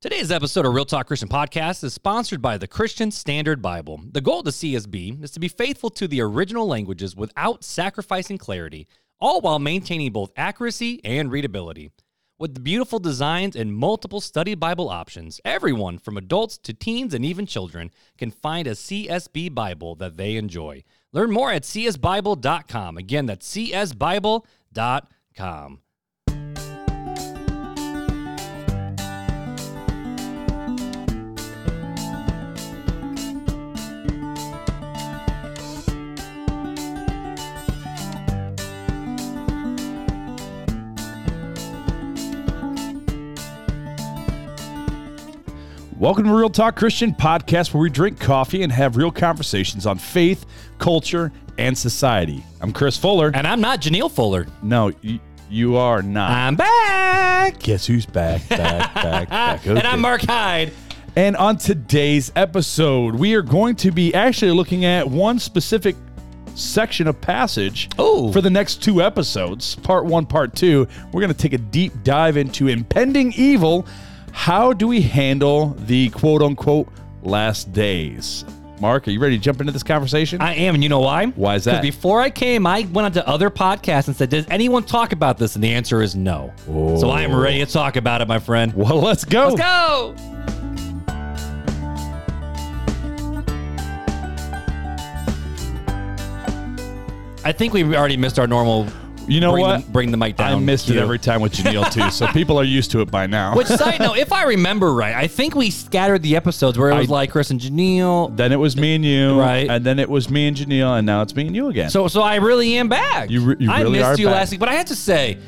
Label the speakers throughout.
Speaker 1: Today's episode of Real Talk Christian Podcast is sponsored by the Christian Standard Bible. The goal of the CSB is to be faithful to the original languages without sacrificing clarity, all while maintaining both accuracy and readability. With the beautiful designs and multiple study Bible options, everyone from adults to teens and even children can find a CSB Bible that they enjoy. Learn more at csbible.com. Again, that's csbible.com.
Speaker 2: Welcome to Real Talk Christian Podcast, where we drink coffee and have real conversations on faith, culture, and society. I'm Chris Fuller.
Speaker 1: And I'm not Janelle Fuller.
Speaker 2: No, you, you are not.
Speaker 1: I'm back.
Speaker 2: Guess who's back? Back, back, back.
Speaker 1: And I'm Mark Hyde.
Speaker 2: And on today's episode, we are going to be actually looking at one specific section of passage
Speaker 1: Oh.
Speaker 2: for the next two episodes, part one, part two. We're going to take a deep dive into impending evil. How do we handle the quote unquote last days? Mark, are you ready to jump into this conversation?
Speaker 1: I am, and you know why?
Speaker 2: Why is that?
Speaker 1: Because before I came, I went on to other podcasts and said, Does anyone talk about this? And the answer is no. So I am ready to talk about it, my friend.
Speaker 2: well, let's go.
Speaker 1: Let's go. I think we already missed our normal.
Speaker 2: You know
Speaker 1: bring
Speaker 2: what?
Speaker 1: The, bring the mic
Speaker 2: I
Speaker 1: down.
Speaker 2: missed it
Speaker 1: cue.
Speaker 2: every time with Janelle, too, so people are used to it by now.
Speaker 1: Which side note, if I remember right, I think we scattered the episodes where it was
Speaker 2: I-
Speaker 1: like Chris and Janelle.
Speaker 2: then it was me and you,
Speaker 1: Right.
Speaker 2: And then it was me and Janelle, and now it's me and you again.
Speaker 1: So, so I really am back.
Speaker 2: You re- you
Speaker 1: I
Speaker 2: really
Speaker 1: missed
Speaker 2: are
Speaker 1: you
Speaker 2: back.
Speaker 1: last week, but I have to say,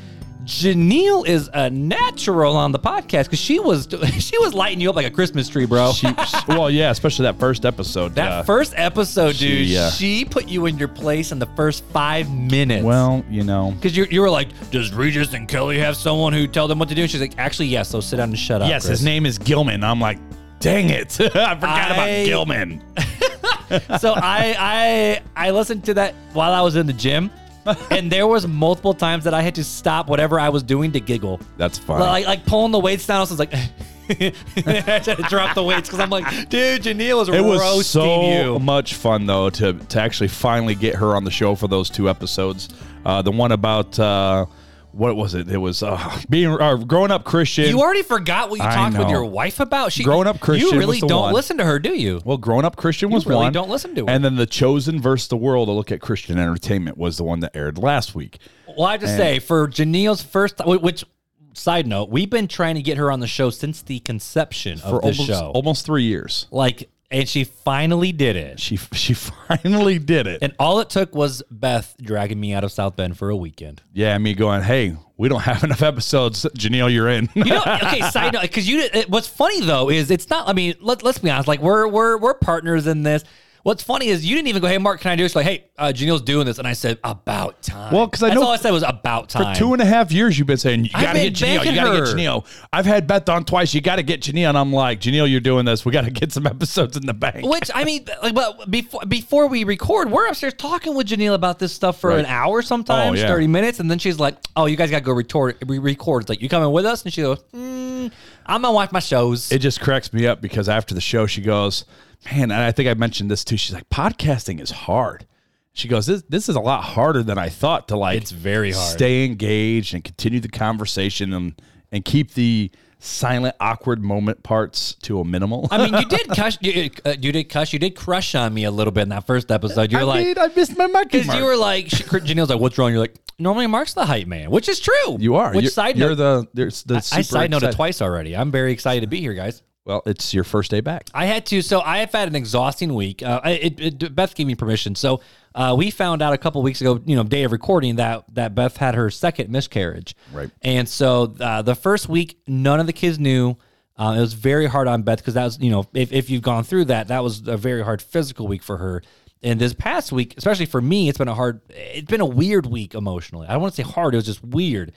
Speaker 1: Janelle is a natural on the podcast because she was she was lighting you up like a Christmas tree, bro.
Speaker 2: She- she- well, yeah, especially that first episode.
Speaker 1: Oh. that
Speaker 2: uh,
Speaker 1: first episode, dude,
Speaker 2: she, uh,
Speaker 1: she put you in your place in the first five minutes.
Speaker 2: Well, you know.
Speaker 1: because you, you were like, does Regis and Kelly have someone who tell them what to do? And she's like, actually, yes. So sit down and shut up.
Speaker 2: Yes,
Speaker 1: Chris.
Speaker 2: his name is Gilman. I'm like, dang it. I forgot
Speaker 1: I-
Speaker 2: about Gilman.
Speaker 1: so I I I listened to that while I was in the gym, and there was multiple times that I had to stop whatever I was doing to giggle.
Speaker 2: That's fine.
Speaker 1: Like like pulling the weights down, I was just like. I tried to drop the weights because I'm like, dude, Janelle is
Speaker 2: it was
Speaker 1: roasting
Speaker 2: so
Speaker 1: you.
Speaker 2: much fun though to to actually finally get her on the show for those two episodes. Uh, the one about uh, what was it? It was uh, being uh, growing up Christian.
Speaker 1: You already forgot what you
Speaker 2: I
Speaker 1: talked with
Speaker 2: know.
Speaker 1: your wife about. She
Speaker 2: Grown up Christian
Speaker 1: You
Speaker 2: was
Speaker 1: really
Speaker 2: the
Speaker 1: don't
Speaker 2: one.
Speaker 1: listen to her, do you?
Speaker 2: well, grown up Christian was
Speaker 1: really
Speaker 2: one.
Speaker 1: don't listen to her.
Speaker 2: And then the chosen versus the world. A look at Christian entertainment was the one that aired last week.
Speaker 1: Well, I have to say for Janelle's first, wh- which side note, we've been trying to get her on the show since the conception
Speaker 2: for
Speaker 1: of the
Speaker 2: almost,
Speaker 1: show.
Speaker 2: almost three years.
Speaker 1: Like, and she finally did it.
Speaker 2: She she finally did it.
Speaker 1: And all it took was Beth dragging me out of South Bend for a weekend.
Speaker 2: yeah, me going, hey, we don't have enough episodes. Janelle, you're in.
Speaker 1: You know, okay, side note, because you. it- What's funny though is it's not. I mean, let, let's be honest. Like we're we're we're partners in this. What's funny is you didn't even go, hey Mark, can I do this? Like, hey, uh, Janelle's doing this, and I said about time.
Speaker 2: Well, 'cause I
Speaker 1: That's
Speaker 2: know-
Speaker 1: all I said was about time.
Speaker 2: Two and a half years you've been saying, you
Speaker 1: I've
Speaker 2: got to
Speaker 1: been
Speaker 2: get Janelle. You
Speaker 1: begging
Speaker 2: got to get
Speaker 1: her.
Speaker 2: Janelle. I've had Beth on twice. You got to get Janelle. And I'm like, Janelle, you're doing this. We got to get some episodes in the bank.
Speaker 1: which I mean, like, but before before we record, we're upstairs talking with Janelle about this stuff for
Speaker 2: Right.
Speaker 1: an hour, sometimes
Speaker 2: Oh, yeah.
Speaker 1: thirty minutes, and then she's like, "Oh, you guys got to go record. Re- record." It's like you coming with us, and she goes, mm, "I'm gonna watch my shows."
Speaker 2: It just cracks me up because after the show, she goes, man, and I think I mentioned this too. She's like, podcasting is hard. She goes, this, this is a lot harder than I thought to like.
Speaker 1: It's very hard.
Speaker 2: Stay engaged and continue the conversation and, and keep the silent, awkward moment parts to a minimal.
Speaker 1: I mean, you did cuss. You, uh, you did cuss. You did crush on me a little bit in that first episode. You're
Speaker 2: I
Speaker 1: like,
Speaker 2: did, I missed my monkey
Speaker 1: because
Speaker 2: mark.
Speaker 1: you were like, she, Janelle's like, what's wrong? You're like, normally Mark's the hype man, which is true.
Speaker 2: You are.
Speaker 1: Which
Speaker 2: you're,
Speaker 1: side
Speaker 2: you're
Speaker 1: note?
Speaker 2: the there's the
Speaker 1: I
Speaker 2: super
Speaker 1: side noted
Speaker 2: excited-
Speaker 1: twice already. I'm very excited to be here, guys.
Speaker 2: Well, it's your first day back.
Speaker 1: I had to. So I have had an exhausting week. Uh, I- it, it, Beth gave me permission. So uh, we found out a couple weeks ago, you know, day of recording that that Beth had her second miscarriage.
Speaker 2: Right.
Speaker 1: And so uh, the first week, none of the kids knew. Uh, it was very hard on Beth because that was, you know, if, if you've gone through that, that was a very hard physical week for her. And this past week, especially for me, it's been a hard, it's been a weird week emotionally. I don't want to say hard, it was just weird.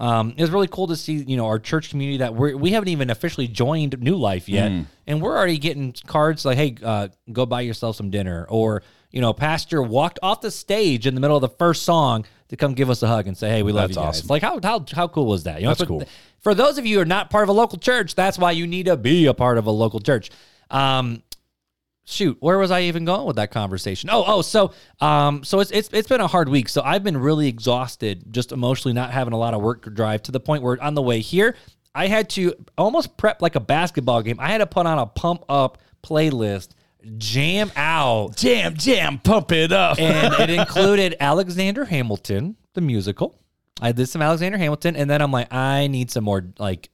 Speaker 1: Um, it was really cool to see, you know, our church community that we're, we haven't even officially
Speaker 2: Mm.
Speaker 1: joined New Life yet, and we're already getting cards like, "Hey, uh, go buy yourself some dinner," or you know, Pastor walked off the stage in the middle of the first song to come give us a hug and say, "Hey, we love
Speaker 2: That's
Speaker 1: you guys."
Speaker 2: awesome.
Speaker 1: Like how how how cool is that? You know,
Speaker 2: That's
Speaker 1: for-
Speaker 2: cool.
Speaker 1: For those of you who are not part of a local church, that's why you need to be a part of a local church. Um, shoot, where was I even going with that conversation? Oh, oh, so um, so it's it's it's been a hard week. So I've been really exhausted, just emotionally not having a lot of work to drive to the point where on the way here, I had to almost prep like a basketball game. I had to put on a pump up playlist, jam out
Speaker 2: Jam, jam, pump it up.
Speaker 1: and it included Alexander Hamilton, the musical. I did some Alexander Hamilton, and then I'm like, I need some more, like,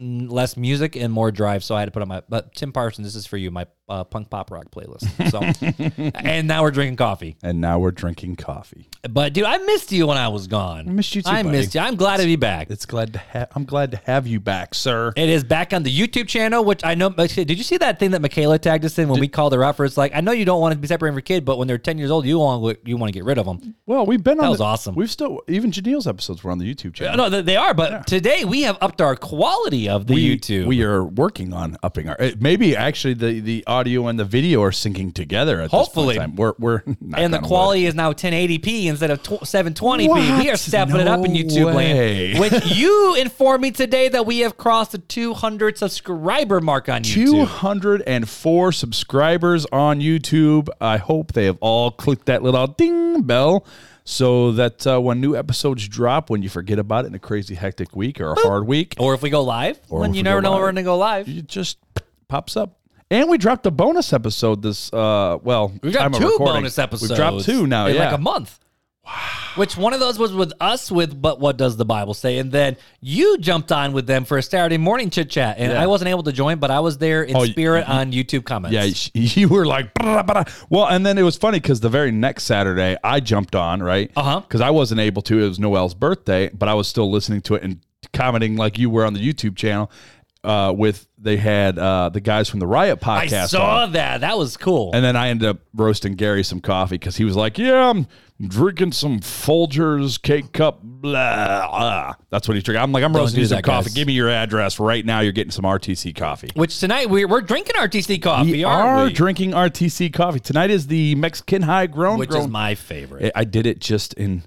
Speaker 1: n- less music and more drive. So I had to put on my, but Tim Parsons, this is for you, my uh, punk pop rock playlist. So, and now we're drinking coffee.
Speaker 2: and now we're drinking coffee.
Speaker 1: But dude, I missed you when I was gone. I
Speaker 2: missed you too,
Speaker 1: I
Speaker 2: buddy.
Speaker 1: missed you. I'm glad to be back.
Speaker 2: It's glad to have. I'm glad to have you back, sir.
Speaker 1: It is back on the YouTube channel, which I know. Did you see that thing that Michaela tagged us in when we called her out for? It's like I know you don't want to be separating from your kid, but when they're ten years old, you want you want to get rid of them.
Speaker 2: Well, we've been on. That
Speaker 1: was awesome.
Speaker 2: We've still even Janiel's episodes were on the YouTube channel.
Speaker 1: Uh, No, they- they are. But today we have upped our quality of the
Speaker 2: We-
Speaker 1: YouTube.
Speaker 2: We are working on upping our. eh, Maybe actually the the audio and the video are syncing together. At
Speaker 1: Hopefully.
Speaker 2: this point in time. we're we're knock
Speaker 1: and the
Speaker 2: on wood.
Speaker 1: quality is now 1080p instead of tw- 720p. We are
Speaker 2: What?
Speaker 1: stepping it up in
Speaker 2: No
Speaker 1: YouTube
Speaker 2: way.
Speaker 1: land. Which you informed me today that we have crossed the 200 subscriber mark on YouTube.
Speaker 2: 204 subscribers on YouTube. I hope they have all clicked that little ding bell so that uh, when new episodes drop, when you forget about it in a crazy, hectic week or a hard week,
Speaker 1: Or if we go live, when
Speaker 2: if
Speaker 1: you
Speaker 2: we
Speaker 1: never
Speaker 2: go
Speaker 1: know when we're
Speaker 2: live.
Speaker 1: going to go live.
Speaker 2: it just pops up. And we dropped a bonus episode this, uh, well,
Speaker 1: We've dropped two bonus episodes.
Speaker 2: We've dropped two now,
Speaker 1: in
Speaker 2: yeah.
Speaker 1: like a month. Which one of those was with us with but what does the Bible say? And then you jumped on with them for a Saturday morning chit chat, and I wasn't able to join, but I was there in
Speaker 2: Oh, y-
Speaker 1: spirit on YouTube comments.
Speaker 2: Yeah, sh- you were like, "Brah, brah." well, and then it was funny because the very next Saturday I jumped on, right?
Speaker 1: Uh-huh.
Speaker 2: Because I wasn't able to. It was Noel's birthday, but I was still listening to it and commenting like you were on the YouTube channel. Uh, with they had uh, the guys from the Riot
Speaker 1: I
Speaker 2: podcast. on.
Speaker 1: saw that. That was cool.
Speaker 2: And then I ended up roasting Gary some coffee because he was like, "Yeah, I'm drinking some Folgers cake cup." Blah. blah." That's what he drank. I'm like, "I'm roasting
Speaker 1: do
Speaker 2: you some
Speaker 1: that,
Speaker 2: coffee.
Speaker 1: guys.
Speaker 2: Give me your address right now. You're getting some RTC coffee."
Speaker 1: Which tonight we're, we're drinking RTC coffee,
Speaker 2: We
Speaker 1: aren't
Speaker 2: are
Speaker 1: we?
Speaker 2: drinking RTC coffee tonight. Is the Mexican High Grown?
Speaker 1: Which
Speaker 2: grown.
Speaker 1: is my favorite.
Speaker 2: I- I did it just in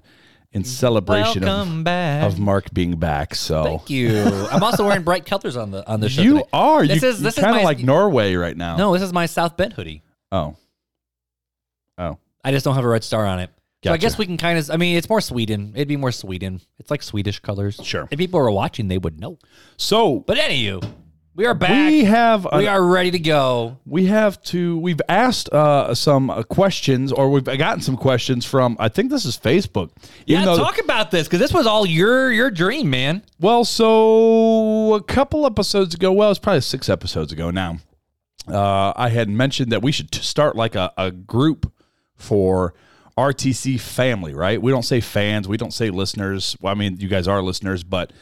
Speaker 2: in celebration
Speaker 1: Welcome
Speaker 2: of,
Speaker 1: back.
Speaker 2: of Mark being back. So
Speaker 1: Thank you. I'm also wearing bright colors on the on the show.
Speaker 2: you
Speaker 1: today.
Speaker 2: are
Speaker 1: This
Speaker 2: you,
Speaker 1: is- this is
Speaker 2: kind of
Speaker 1: my-
Speaker 2: like Norway right now.
Speaker 1: No, this is my South Bend hoodie.
Speaker 2: Oh. Oh.
Speaker 1: I just don't have a red star on it. So I
Speaker 2: Gotcha.
Speaker 1: guess we can kind of. I mean, it's more Sweden. It'd be more Sweden. It's like Swedish colors.
Speaker 2: Sure.
Speaker 1: If people were watching, they would know.
Speaker 2: So
Speaker 1: But anywho, we are back.
Speaker 2: we
Speaker 1: We,
Speaker 2: have an
Speaker 1: are ready to go.
Speaker 2: we have to we've asked uh, some uh, questions or we've gotten some questions from i think this is facebook Even
Speaker 1: Yeah,
Speaker 2: though-
Speaker 1: talk about this because this was all your your dream, man.
Speaker 2: well so a couple episodes ago well it's probably six episodes ago now uh, i had mentioned that we should t- start like a, a group for rtc family right we don't say fans we don't say listeners well, i mean you guys are listeners but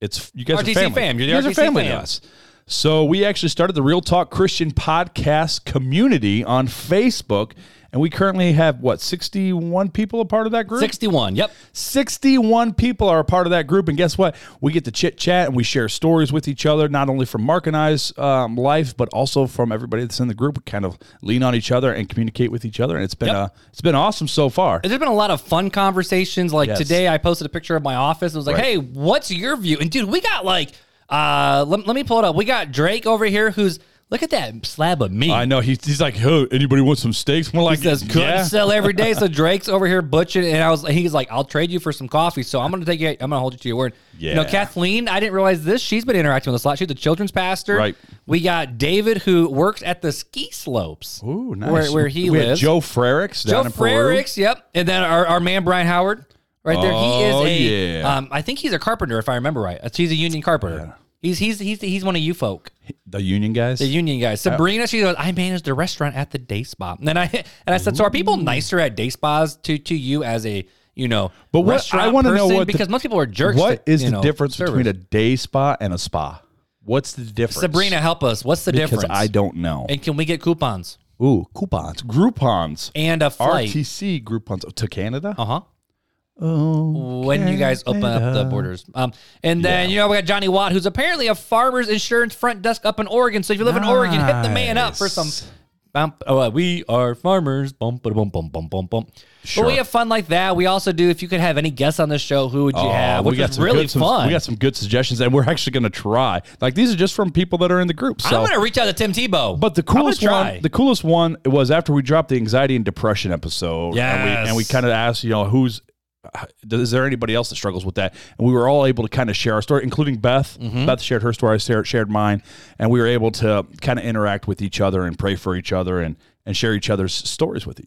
Speaker 2: it's you guys
Speaker 1: RTC
Speaker 2: are family
Speaker 1: fam, you're the
Speaker 2: you guys are
Speaker 1: RTC
Speaker 2: family to
Speaker 1: fam.
Speaker 2: us So we actually started the Real Talk Christian podcast community on Facebook, and we currently have what sixty-one people a part of that group.
Speaker 1: Sixty one. Yep.
Speaker 2: Sixty-one people are a part of that group, and guess what? We get to chit chat and we share stories with each other, not only from Mark and I's um, life, but also from everybody that's in the group. We kind of lean on each other and communicate with each other, and it's been uh, it's been awesome so far.
Speaker 1: There's been a lot of fun conversations. Like
Speaker 2: Yes.
Speaker 1: today, I posted a picture of my office. It was like,
Speaker 2: Right.
Speaker 1: "Hey, what's your view?" And dude, we got like, uh, let, let me pull it up. We got Drake over here, who's look at that slab of meat.
Speaker 2: I know he's, he's like, "Hey, anybody want some steaks?" We're like,
Speaker 1: he says cut
Speaker 2: "Yeah."
Speaker 1: and sell every day. So Drake's over here butching, and I was he's like, "I'll trade you for some coffee." So I'm gonna take you. I'm gonna hold you to your word. You know,
Speaker 2: Yeah.
Speaker 1: Kathleen. I didn't realize this. She's been interacting with us a lot. She's the children's pastor.
Speaker 2: Right.
Speaker 1: We got David, who works at the ski slopes.
Speaker 2: Ooh, nice.
Speaker 1: Where, where he
Speaker 2: we had
Speaker 1: lives.
Speaker 2: Joe Frericks down
Speaker 1: Joe
Speaker 2: in Peru.
Speaker 1: Frericks, yep. And then our, our man Brian Howard, right there.
Speaker 2: Oh,
Speaker 1: he is a,
Speaker 2: yeah.
Speaker 1: um, I think he's a carpenter if I remember right. Uh, He's a union carpenter. He's he's he's he's one of you folk,
Speaker 2: The union guys.
Speaker 1: the union guys. Sabrina, she goes, I managed a restaurant at the day spa, and then I and I said, so are people nicer at day spas to to you as a you know?
Speaker 2: But what-
Speaker 1: restaurant
Speaker 2: I wanna know
Speaker 1: person?
Speaker 2: what the-
Speaker 1: because most people are jerks.
Speaker 2: What
Speaker 1: to,
Speaker 2: is
Speaker 1: you
Speaker 2: the
Speaker 1: know,
Speaker 2: difference
Speaker 1: servers.
Speaker 2: between a day spa and a spa? What's the difference?
Speaker 1: Sabrina? Help us. What's the
Speaker 2: because
Speaker 1: difference?
Speaker 2: I don't know.
Speaker 1: and can we get coupons
Speaker 2: Ooh, coupons, Groupons,
Speaker 1: and a flight?
Speaker 2: RTC Groupons to Canada.
Speaker 1: Uh huh.
Speaker 2: Oh,
Speaker 1: when you guys open up the borders. Um, and then you know we got Johnny Watt, who's apparently a farmer's insurance front desk up in Oregon. So if you live in Oregon, hit the man up for some
Speaker 2: Nice.
Speaker 1: Bum, oh, uh, we are farmers. Bum, ba, bum, bum, bum, bum, bum. But we have fun like that. We also do. If you could have any guests on the show, who would you have? Which is really
Speaker 2: good,
Speaker 1: fun.
Speaker 2: we Oh, got some good suggestions, and we're actually going to try. Like these are just from people that are in the group. So,
Speaker 1: I'm gonna reach out to Tim Tebow.
Speaker 2: but the
Speaker 1: I'm gonna
Speaker 2: coolest
Speaker 1: try.
Speaker 2: one, the coolest one was after we dropped the anxiety and depression episode. and
Speaker 1: Yes.
Speaker 2: we, and we kind of asked, you know, who's is there anybody else that struggles with that? And we were all able to kind of share our story, including Beth.
Speaker 1: Mm-hmm.
Speaker 2: Beth shared her story, I shared shared mine, and we were able to kind of interact with each other and pray for each other and and share each other's stories with e,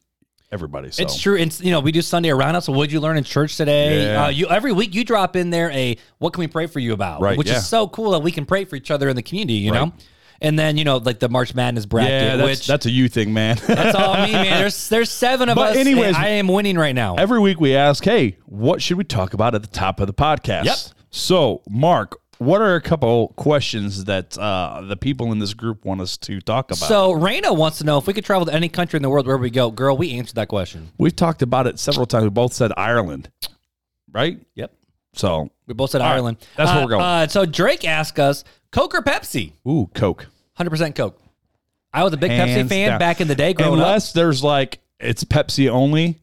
Speaker 2: everybody. So
Speaker 1: It's true. It's you know we do Sunday around us. So what'd you learn in church today?
Speaker 2: Yeah.
Speaker 1: Uh, you every week you drop in there a what can we pray for you about?
Speaker 2: Right,
Speaker 1: Which
Speaker 2: yeah.
Speaker 1: is so cool that we can pray for each other in the community. You know,
Speaker 2: Right.
Speaker 1: and then you know like the March Madness bracket,
Speaker 2: yeah, that's,
Speaker 1: which
Speaker 2: that's a you thing, man.
Speaker 1: that's all me, man. There's there's seven of
Speaker 2: But
Speaker 1: us. and
Speaker 2: anyways-
Speaker 1: I am winning right now.
Speaker 2: Every week we ask, hey, what should we talk about at the top of the podcast?
Speaker 1: Yep.
Speaker 2: So, Mark, what are a couple questions that uh, the people in this group want us to talk about?
Speaker 1: so Raina wants to know if we could travel to any country in the world where we go. Girl, we answered that question.
Speaker 2: We've talked about it several times. We both said Ireland, right?
Speaker 1: Yep.
Speaker 2: So,
Speaker 1: We both said
Speaker 2: right.
Speaker 1: Ireland.
Speaker 2: That's where
Speaker 1: Uh,
Speaker 2: we're going.
Speaker 1: Uh, so Drake asked us Coke or Pepsi?
Speaker 2: ooh, Coke.
Speaker 1: 100% Coke. I was a big Pepsi
Speaker 2: Hands
Speaker 1: fan
Speaker 2: down.
Speaker 1: back in the day growing up.
Speaker 2: Unless there's like, it's Pepsi only,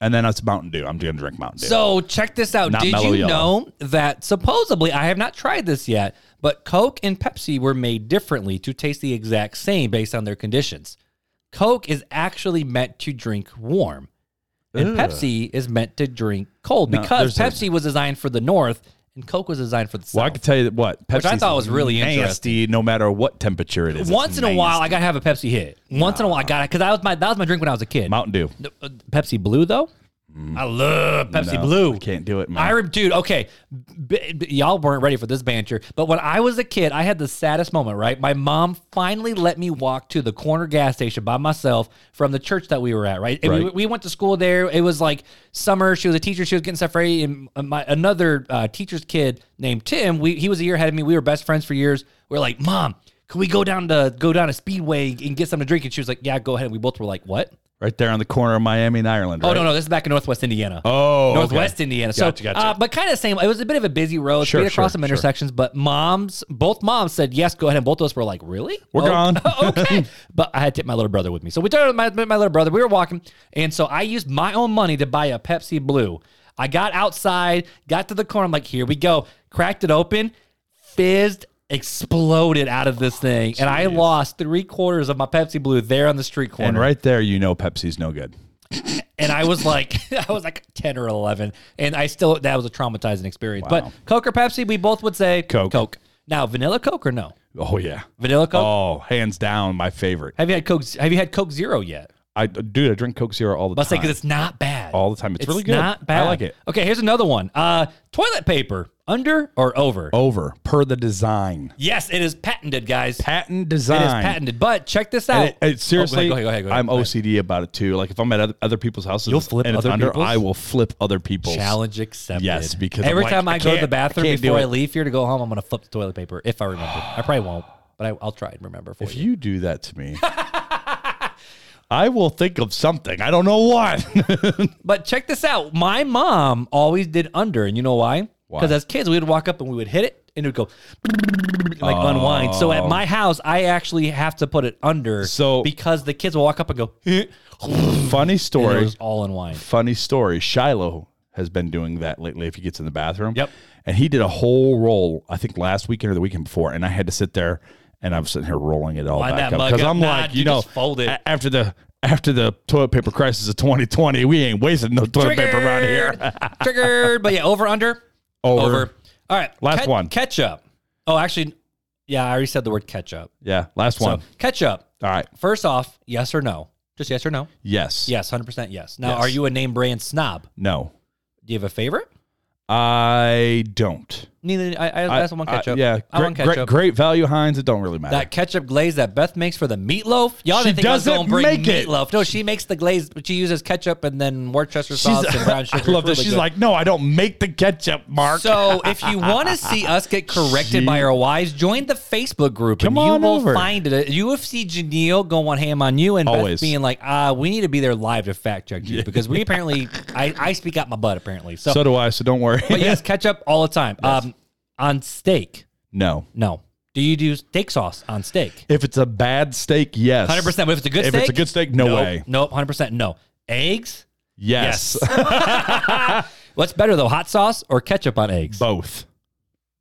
Speaker 2: and then it's Mountain Dew. I'm going to drink Mountain Dew.
Speaker 1: So check this out.
Speaker 2: Not
Speaker 1: Did
Speaker 2: mellow
Speaker 1: you
Speaker 2: yellow.
Speaker 1: know that supposedly I have not tried this yet, but Coke and Pepsi were made differently to taste the exact same based on their conditions. Coke is actually meant to drink warm, and
Speaker 2: Ugh.
Speaker 1: Pepsi is meant to drink cold
Speaker 2: No,
Speaker 1: because
Speaker 2: there's
Speaker 1: Pepsi was designed for the north and Coke was designed for the
Speaker 2: well, I
Speaker 1: south.
Speaker 2: can tell you that what Pepsi
Speaker 1: I thought was really
Speaker 2: nasty, no matter what temperature it is. It's
Speaker 1: Once in a while,
Speaker 2: nasty.
Speaker 1: I gotta have a Pepsi hit. Once in a while, I gotta because that was my that was my drink when I was a kid.
Speaker 2: Mountain Dew.
Speaker 1: No, uh, Pepsi Blue though, I love Pepsi
Speaker 2: Mm. No,
Speaker 1: Blue.
Speaker 2: I can't do it, man.
Speaker 1: I rem- dude, okay, B- b- y'all weren't ready for this banter, but when I was a kid, I had the saddest moment. Right, my mom finally let me walk to the corner gas station by myself from the church that we were at. Right, And we-
Speaker 2: Right.
Speaker 1: We, went to school there. It was like summer. She was a teacher. She was getting stuff ready. And my another uh, teacher's kid named Tim. We he was a year ahead of me. We were best friends for years. We were like, mom, can we go down to go down to Speedway and get something to drink? And she was like, yeah, go ahead. And we both were like, what?
Speaker 2: right there on the corner of Miami and Ireland.
Speaker 1: Oh
Speaker 2: right?
Speaker 1: no, no, this is back in Northwest Indiana.
Speaker 2: Oh,
Speaker 1: Northwest
Speaker 2: okay.
Speaker 1: Indiana. So,
Speaker 2: Gotcha, gotcha.
Speaker 1: Uh, but kind of same. It was a bit of a busy road,
Speaker 2: Sure,
Speaker 1: straight across
Speaker 2: sure,
Speaker 1: some
Speaker 2: sure.
Speaker 1: intersections. But moms, both moms said yes, go ahead. And both of us were like, really?
Speaker 2: We're
Speaker 1: Oh,
Speaker 2: gone.
Speaker 1: okay. But I had to take my little brother with me, so we took my my little brother. We were walking, and so I used my own money to buy a Pepsi Blue. I got outside, got to the corner. I'm like, here we go. Cracked it open, fizzed. Exploded out of this thing, and I lost three quarters of my Pepsi Blue there on the street corner
Speaker 2: And right there, you know Pepsi's no good.
Speaker 1: and I was like, I was like ten or eleven, and I still that was a traumatizing experience.
Speaker 2: Wow.
Speaker 1: But Coke or Pepsi, we both would say
Speaker 2: Coke.
Speaker 1: Coke. Now, vanilla Coke or no
Speaker 2: Oh yeah.
Speaker 1: vanilla Coke?
Speaker 2: Oh, hands down, my favorite.
Speaker 1: Have you had Coke? Have you had Coke Zero yet?
Speaker 2: I dude, I drink Coke Zero all the
Speaker 1: Let's say
Speaker 2: time.
Speaker 1: because it's not bad
Speaker 2: all the time. It's, really good.
Speaker 1: Not bad.
Speaker 2: I like it.
Speaker 1: Okay, here's another one. Uh, toilet paper, under or over?
Speaker 2: Over per the design,
Speaker 1: Yes, it is patented, guys.
Speaker 2: patent
Speaker 1: it is
Speaker 2: design.
Speaker 1: patented. But check this out. Oh,
Speaker 2: And it- it- seriously,
Speaker 1: go ahead, go ahead, go ahead,
Speaker 2: I'm
Speaker 1: go ahead.
Speaker 2: OCD about it too. Like if I'm at other, other people's houses,
Speaker 1: You'll flip
Speaker 2: and it's
Speaker 1: other
Speaker 2: under,
Speaker 1: people's?
Speaker 2: I will flip other people's.
Speaker 1: Challenge accepted.
Speaker 2: Yes, because I'm
Speaker 1: every
Speaker 2: like,
Speaker 1: time
Speaker 2: I
Speaker 1: I, go to the
Speaker 2: can't-
Speaker 1: bathroom
Speaker 2: I can't do
Speaker 1: before I
Speaker 2: it.
Speaker 1: leave here to go home, I'm gonna flip the toilet paper if I remember. I probably won't, but I, I'll try and remember for
Speaker 2: If
Speaker 1: you.
Speaker 2: you do that to me, I will think of something. I don't know what.
Speaker 1: But check this out. My mom always did under, and you know why?
Speaker 2: Why?
Speaker 1: Because as kids, we would walk up and we would hit it, and it would go and like unwind. So at my house, I actually have to put it under,
Speaker 2: Oh. So-
Speaker 1: because the kids will walk up and go,
Speaker 2: Funny
Speaker 1: and it
Speaker 2: story.
Speaker 1: was all unwind.
Speaker 2: funny story. Shiloh has been doing that lately if he gets in the bathroom.
Speaker 1: Yep.
Speaker 2: And he did a whole roll, I think last weekend or the weekend before, and I had to sit there and I'm sitting here rolling it all
Speaker 1: Wind
Speaker 2: back
Speaker 1: that
Speaker 2: up
Speaker 1: mug
Speaker 2: because
Speaker 1: up.
Speaker 2: I'm
Speaker 1: Nah,
Speaker 2: like, you
Speaker 1: dude,
Speaker 2: know,
Speaker 1: just fold it.
Speaker 2: a- after the after the toilet paper crisis of 2020, we ain't wasting no toilet paper around here.
Speaker 1: Triggered. Triggered. But yeah, over under.
Speaker 2: Over.
Speaker 1: All right.
Speaker 2: Last
Speaker 1: Ke-
Speaker 2: one.
Speaker 1: Ketchup. Oh, actually, yeah, I already said the word ketchup.
Speaker 2: Yeah, last
Speaker 1: So
Speaker 2: one.
Speaker 1: ketchup.
Speaker 2: all right.
Speaker 1: First off, yes or no? Just yes or no?
Speaker 2: Yes.
Speaker 1: Yes, hundred percent yes. Now,
Speaker 2: Yes.
Speaker 1: are you a name brand snob?
Speaker 2: No.
Speaker 1: Do you have a favorite?
Speaker 2: I don't.
Speaker 1: Neither. I, I,
Speaker 2: I-
Speaker 1: that's one
Speaker 2: I-
Speaker 1: ketchup.
Speaker 2: yeah.
Speaker 1: I
Speaker 2: Great,
Speaker 1: want ketchup.
Speaker 2: Great, great value, Heinz. It don't really matter.
Speaker 1: That ketchup glaze that Beth makes for the meatloaf. Y'all
Speaker 2: She
Speaker 1: didn't think I was
Speaker 2: doesn't
Speaker 1: going to bring
Speaker 2: make it.
Speaker 1: meatloaf. No, she makes the glaze, but she uses ketchup and then Worcester sauce and brown
Speaker 2: I
Speaker 1: sugar.
Speaker 2: love
Speaker 1: It's
Speaker 2: this.
Speaker 1: really
Speaker 2: She's
Speaker 1: good.
Speaker 2: like, no, I don't make the ketchup, Mark.
Speaker 1: So if you want to see us get corrected
Speaker 2: Gee.
Speaker 1: by our wives, join the Facebook group.
Speaker 2: Come
Speaker 1: and you
Speaker 2: on
Speaker 1: will
Speaker 2: over.
Speaker 1: find it. You will see Janelle going ham on you and Beth
Speaker 2: Always.
Speaker 1: being like, uh, we need to be there live to fact check you because we apparently, I, I speak out my butt apparently. So,
Speaker 2: so do I. So don't worry.
Speaker 1: but yes, ketchup all the time. Um, on steak,
Speaker 2: No.
Speaker 1: no. Do Do you do steak sauce on steak?
Speaker 2: If it's a bad steak, yes.
Speaker 1: Hundred percent. If it's a good
Speaker 2: If
Speaker 1: steak,
Speaker 2: it's a good steak, no
Speaker 1: nope,
Speaker 2: way.
Speaker 1: Nope. Hundred percent. No. Eggs.
Speaker 2: Yes.
Speaker 1: What's better though, hot sauce or ketchup on eggs
Speaker 2: Both.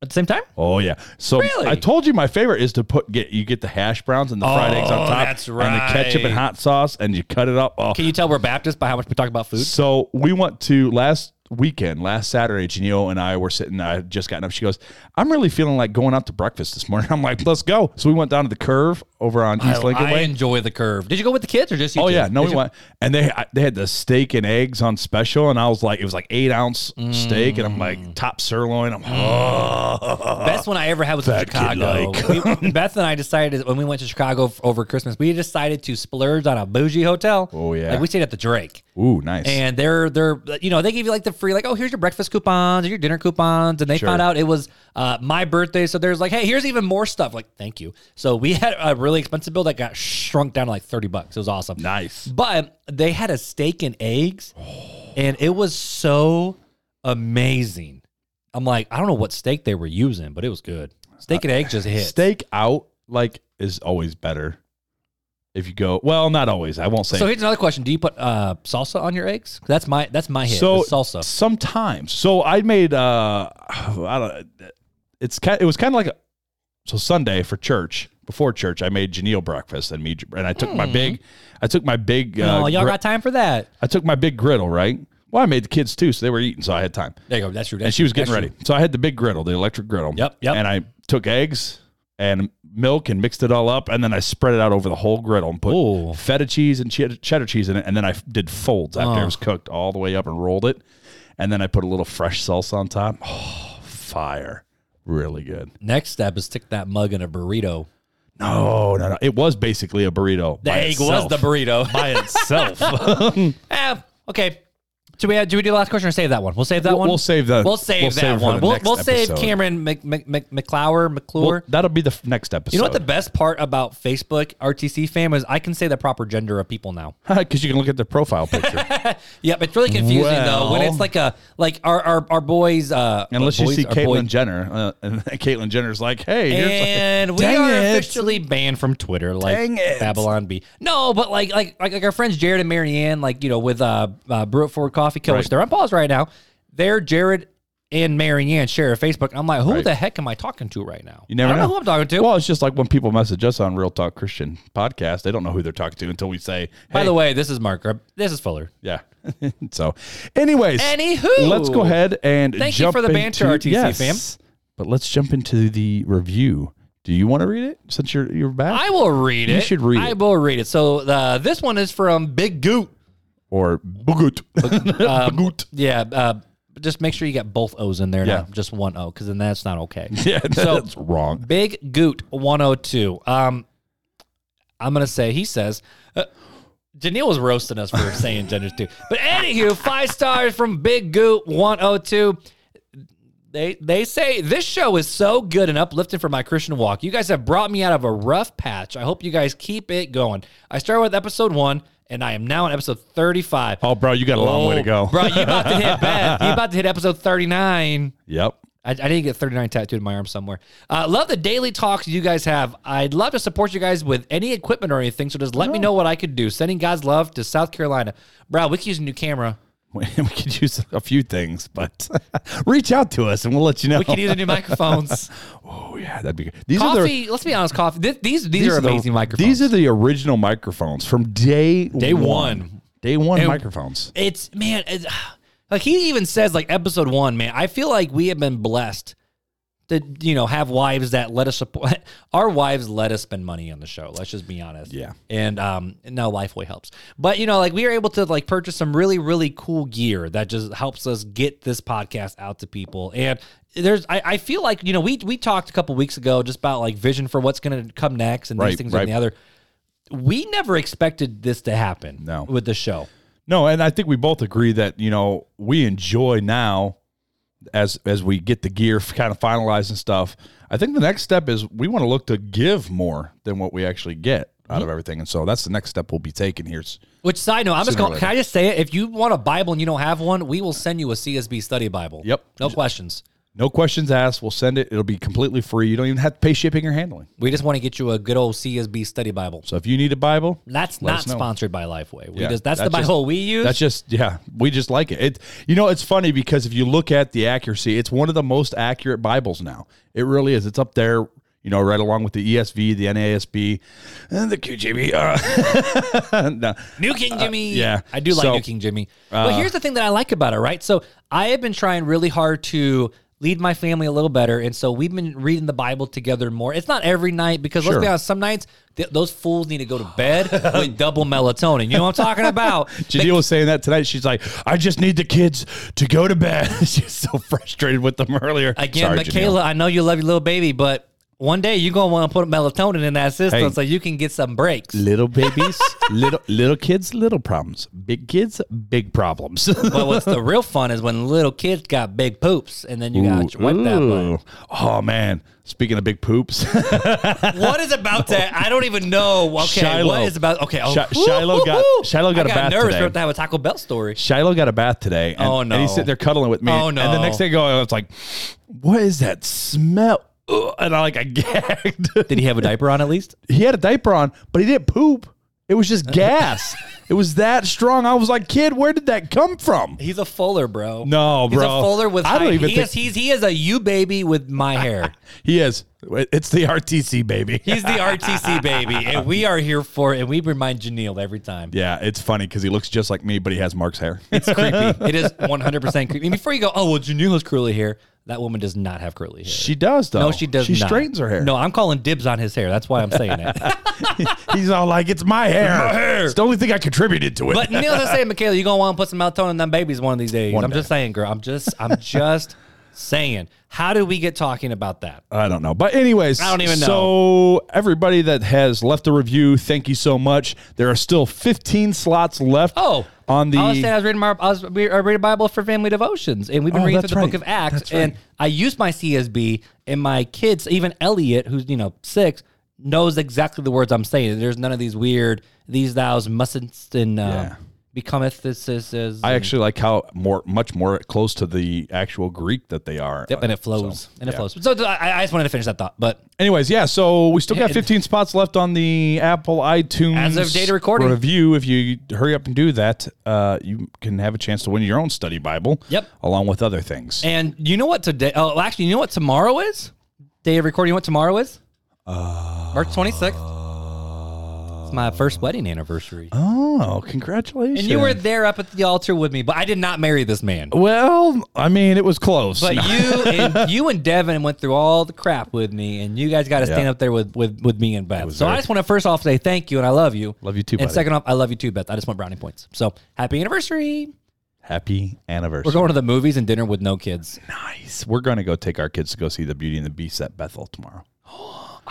Speaker 1: at the same time?
Speaker 2: Oh yeah. So
Speaker 1: Really?
Speaker 2: I told you my favorite is to put get you get the hash browns and the fried eggs on
Speaker 1: Oh,
Speaker 2: top.
Speaker 1: that's
Speaker 2: And the ketchup
Speaker 1: right.
Speaker 2: and hot sauce and you cut it up. Oh.
Speaker 1: Can you tell we're Baptist by how much we talk about food?
Speaker 2: So we went to last weekend, last Saturday, Janelle and I were sitting, I had just gotten up. She goes, I'm really feeling like going out to breakfast this morning. I'm like, let's go. So we went down to the curve over on East Lincoln
Speaker 1: Oh, I
Speaker 2: Way.
Speaker 1: enjoy the curve. Did you go with the kids or just you
Speaker 2: Oh
Speaker 1: two?
Speaker 2: yeah, no
Speaker 1: Did
Speaker 2: we
Speaker 1: you-
Speaker 2: went, and they I- they had the steak and eggs on special, and I was like, it was like eight ounce steak, and I'm
Speaker 1: Mm.
Speaker 2: like top sirloin. I'm oh,
Speaker 1: Best one I ever had was in
Speaker 2: kid
Speaker 1: Chicago. We- Beth and I decided when we went to Chicago f- over Christmas, we decided to splurge on a bougie hotel.
Speaker 2: Oh, yeah.
Speaker 1: like we stayed at the Drake,
Speaker 2: ooh, nice.
Speaker 1: and they're they're you know they give you like the free like oh here's your breakfast coupons, your dinner coupons, and they found out it was uh, my birthday, so there's like hey here's even more stuff like thank you. So we had a really expensive bill that got shrunk down to like thirty bucks. It was awesome.
Speaker 2: nice.
Speaker 1: But they had a steak and eggs, and it was so amazing. I'm like, I don't know what steak they were using, but it was good. Steak and egg just hit.
Speaker 2: Steak out like is always better. If you go, well, not always. I won't say.
Speaker 1: so here's another question: Do you put uh, salsa on your eggs? 'Cause That's my that's my hit.
Speaker 2: So
Speaker 1: is salsa.
Speaker 2: sometimes. So I made uh I don't it's kind it was kind of like a so Sunday for church, before church, I made Janelle breakfast and me and I took my big I took my big uh,
Speaker 1: oh, Hmm. y'all
Speaker 2: gri-
Speaker 1: got time for that?
Speaker 2: I took my big griddle, right? Well, I made the kids too, so they were eating, so I had time.
Speaker 1: There you go. That's your.
Speaker 2: And she was getting ready. So I had the big griddle, the electric griddle.
Speaker 1: Yep, yep.
Speaker 2: And I took eggs and milk and mixed it all up, and then I spread it out over the whole griddle and put
Speaker 1: Ooh.
Speaker 2: feta cheese and cheddar, cheddar cheese in it, and then I f- did folds after it was cooked all the way up and rolled it, and then I put a little fresh salsa on top. Oh, fire! Really good.
Speaker 1: Next step is stick that mug in a burrito.
Speaker 2: No, no, no. It was basically a burrito.
Speaker 1: The
Speaker 2: by
Speaker 1: egg
Speaker 2: itself.
Speaker 1: was the burrito.
Speaker 2: by itself.
Speaker 1: Eh, okay. Do we do we do the last question or save that one? We'll save that
Speaker 2: We'll-
Speaker 1: one.
Speaker 2: we'll save that-
Speaker 1: We'll save
Speaker 2: we'll
Speaker 1: that
Speaker 2: save it for
Speaker 1: one.
Speaker 2: the
Speaker 1: We'll,
Speaker 2: next
Speaker 1: we'll save
Speaker 2: episode.
Speaker 1: Cameron Mc, Mc, Mc, McClower McClure.
Speaker 2: That'll be the f- next episode.
Speaker 1: you know what the best part about Facebook RTC fam is? I can say the proper gender of people now.
Speaker 2: Because you can look at their profile picture.
Speaker 1: Yep, it's really confusing though when
Speaker 2: Well-
Speaker 1: it's like a like our our, our boys. Uh,
Speaker 2: Unless
Speaker 1: boys,
Speaker 2: you see
Speaker 1: our boy-
Speaker 2: Caitlyn Jenner, uh, and Caitlyn Jenner's like, "Hey, here's
Speaker 1: and we
Speaker 2: Dang
Speaker 1: are
Speaker 2: it.
Speaker 1: officially banned from Twitter, like
Speaker 2: Dang it.
Speaker 1: Babylon B. No, but like like like, like our friends Jared and Marianne, like you know, with uh, uh Brew It Forward Coffee Co. Which
Speaker 2: Right.
Speaker 1: they're on pause right now. They're Jared and Marianne share a Facebook. I'm like, who the heck am I talking to right now?
Speaker 2: You never
Speaker 1: I don't know.
Speaker 2: know.
Speaker 1: who I'm talking to.
Speaker 2: Well, it's just like when people message us on Real Talk Christian podcast, they don't know who they're talking to until we say, hey,
Speaker 1: By the way, this is Mark. Grubb. This is Fuller.
Speaker 2: yeah. so, anyways,
Speaker 1: Anywho,
Speaker 2: let's go ahead and
Speaker 1: Thank you
Speaker 2: jump
Speaker 1: for the banter,
Speaker 2: into-
Speaker 1: RTC
Speaker 2: yes, But let's jump into the review. Do you want to read it since you're you're back,
Speaker 1: I will read it.
Speaker 2: You should read
Speaker 1: I
Speaker 2: it.
Speaker 1: will read it. So uh, this one is from Big Goot.
Speaker 2: or Bugut?
Speaker 1: Um,
Speaker 2: Bugut.
Speaker 1: Yeah. Uh, just make sure you get both O's in there,
Speaker 2: Yeah.
Speaker 1: not just one O, because then that's not okay.
Speaker 2: Yeah,
Speaker 1: so-
Speaker 2: that's wrong.
Speaker 1: Big Goot 102. Um, I'm gonna say he says. Uh, Janelle was roasting us for saying genders too. But anywho, five stars from Big Goot 102. They they say this show is so good and uplifting for my Christian walk. You guys have brought me out of a rough patch. I hope you guys keep it going. I started with episode one, and I am now on episode 35.
Speaker 2: Oh, bro, you got a long way to go.
Speaker 1: bro! You about to hit Beth. You about to hit episode 39.
Speaker 2: Yep.
Speaker 1: I, I didn't get 39 tattooed in my arm somewhere. Uh, love the daily talks you guys have. I'd love to support you guys with any equipment or anything. So just let me know what I could do. Sending God's love to South Carolina. Bro, we could use a new camera.
Speaker 2: We could use a few things, but reach out to us and we'll let you know.
Speaker 1: We could use a new microphones.
Speaker 2: oh yeah, that'd be good. These are the
Speaker 1: coffee. let's be honest, coffee. Th- these these, are
Speaker 2: the-
Speaker 1: amazing microphones.
Speaker 2: These are the original microphones from day day
Speaker 1: one.
Speaker 2: Day one
Speaker 1: And-
Speaker 2: microphones.
Speaker 1: it's man, it's, like he even says like episode one, man. I feel like we have been blessed to you know have wives that let us support. Our wives let us spend money on the show. Let's just be honest.
Speaker 2: Yeah.
Speaker 1: And um, now Lifeway helps, but you know, like we are able to like purchase some really really cool gear that just helps us get this podcast out to people. And there's, I, I feel like you know we we talked a couple weeks ago just about like vision for what's going to come next and
Speaker 2: Right,
Speaker 1: these things
Speaker 2: right.
Speaker 1: and the other. We never expected this to happen.
Speaker 2: No.
Speaker 1: with the show.
Speaker 2: No, and I think we both agree that you know we enjoy now as as we get the gear kind of finalized and stuff. I think the next step is we want to look to give more than what we actually get out of everything, and so that's the next step we'll be taking here.
Speaker 1: Which side note, I'm just
Speaker 2: Sooner or
Speaker 1: going. Can I just say it? If you want a Bible and you don't have one, we will send you a CSB study Bible.
Speaker 2: Yep.
Speaker 1: No questions.
Speaker 2: No questions asked. We'll send it. It'll be completely free. You don't even have to pay shipping or handling.
Speaker 1: We just want to get you a good old CSB study Bible.
Speaker 2: So if you need a Bible,
Speaker 1: That's
Speaker 2: Let
Speaker 1: not
Speaker 2: us know.
Speaker 1: sponsored by Lifeway. We
Speaker 2: Yeah,
Speaker 1: just, that's, the
Speaker 2: that's just-
Speaker 1: Bible we use.
Speaker 2: that's just yeah, we just like it. It you know it's funny because if you look at the accuracy, it's one of the most accurate Bibles now. It really is. It's up there, you know, right along with the ESV, the NASB, and the QJB. Uh, no.
Speaker 1: New King Jimmy.
Speaker 2: yeah.
Speaker 1: I do like
Speaker 2: So, uh,
Speaker 1: New King Jimmy. but here's the thing that I like about it, right? So I have been trying really hard to lead my family a little better. And so we've been reading the Bible together more. It's not every night because let's be
Speaker 2: Sure.
Speaker 1: honest, some nights th- those fools need to go to bed with double melatonin. You know what I'm talking about?
Speaker 2: Janine was saying that tonight. She's like, I just need the kids to go to bed. She's so frustrated with them earlier.
Speaker 1: Again,
Speaker 2: Sorry,
Speaker 1: Michaela, I know you love your little baby, but one day you're going to want to put melatonin in that system
Speaker 2: Hey.
Speaker 1: so you can get some breaks.
Speaker 2: Janelle. Little babies, little little kids, little problems. Big kids, big problems.
Speaker 1: but what's the real fun is when little kids got big poops and then you got to wipe that butt.
Speaker 2: Ooh. Oh man! Speaking of big poops,
Speaker 1: What is about that? I don't even know. Okay,
Speaker 2: Shiloh.
Speaker 1: what is about? Okay, oh,
Speaker 2: Shi- Shiloh got-
Speaker 1: woo-hoo-hoo.
Speaker 2: Shiloh got
Speaker 1: I
Speaker 2: a bath
Speaker 1: nervous
Speaker 2: today.
Speaker 1: to have a Taco Bell story.
Speaker 2: Shiloh got a bath today. And,
Speaker 1: Oh,
Speaker 2: And
Speaker 1: no.
Speaker 2: he's sitting there cuddling with me.
Speaker 1: Oh,
Speaker 2: And the
Speaker 1: no.
Speaker 2: next day, going, it's like, what is that smell? Ugh. And I like, I gagged.
Speaker 1: Did he have a diaper on at least?
Speaker 2: he had a diaper on, but he didn't poop. It was just gas. it was that strong. I was like, kid, where did that come from?
Speaker 1: He's a fuller, bro.
Speaker 2: No,
Speaker 1: he's
Speaker 2: bro.
Speaker 1: a fuller with.
Speaker 2: I don't
Speaker 1: high-
Speaker 2: even
Speaker 1: he
Speaker 2: think-
Speaker 1: is. He's he is a you baby with my hair.
Speaker 2: He is. It's the RTC baby.
Speaker 1: He's the RTC baby, and we are here for it. And we remind Janelle every time.
Speaker 2: yeah, it's funny because he looks just like me, but he has Mark's hair.
Speaker 1: It's creepy. It is one hundred percent creepy. And before you go, oh well, Janelle has curly hair. That woman does not have curly hair.
Speaker 2: she does though.
Speaker 1: no, she does.
Speaker 2: She
Speaker 1: not.
Speaker 2: straightens her hair.
Speaker 1: No, I'm calling dibs on his hair. That's why I'm saying that.
Speaker 2: he's all like, "It's my hair. It's the only thing I contributed to it."
Speaker 1: But needless to say, Michaela, you're gonna want to put some melatonin in them babies one of these days.
Speaker 2: One
Speaker 1: I'm
Speaker 2: day.
Speaker 1: just saying, girl. I'm just I'm just saying. How do we get talking about that?
Speaker 2: I don't know. But anyways,
Speaker 1: I don't even
Speaker 2: So everybody that has left a review, thank you so much. There are still 15 slots left.
Speaker 1: Oh,
Speaker 2: on the
Speaker 1: I was, saying I was reading my I was re- I read a Bible for family devotions, and we've been
Speaker 2: Oh,
Speaker 1: reading
Speaker 2: that's
Speaker 1: through the
Speaker 2: right.
Speaker 1: Book of Acts,
Speaker 2: That's right.
Speaker 1: and I used my CSB, and my kids, even Elliot, who's you know six, knows exactly the words I'm saying. There's none of these weird these thous mustn't and uh,
Speaker 2: Yeah.
Speaker 1: becometh this is. is
Speaker 2: I actually like how more, much more close to the actual Greek that they are.
Speaker 1: Yep, and it flows, and it flows. So I, I just wanted to finish that thought, but
Speaker 2: Anyways, yeah. So we still got 15 spots left on the Apple iTunes
Speaker 1: As of date of recording.
Speaker 2: review. If you hurry up and do that, uh, you can have a chance to win your own study Bible.
Speaker 1: Yep.
Speaker 2: along with other things.
Speaker 1: And you know what today? Oh, well, actually, you know what tomorrow is? Day of recording. You know what tomorrow is? March twenty sixth. It's my first wedding anniversary,
Speaker 2: oh, congratulations!
Speaker 1: and you were there up at the altar with me. But I did not marry this man.
Speaker 2: Oh, well. I mean, it was close.
Speaker 1: But you and you and Devin went through all the crap with me, and you guys got to stand
Speaker 2: Yeah.
Speaker 1: up there with with, with me and Beth. So I
Speaker 2: very-
Speaker 1: just want to first off say thank you and I love you.
Speaker 2: Love you too,
Speaker 1: And
Speaker 2: buddy.
Speaker 1: second off, I love you too, Beth. I just want brownie points. So happy anniversary.
Speaker 2: Happy anniversary.
Speaker 1: We're going to the movies and dinner with no kids.
Speaker 2: Nice. We're going to go take our kids to go see the Beauty and the Beast at Bethel tomorrow.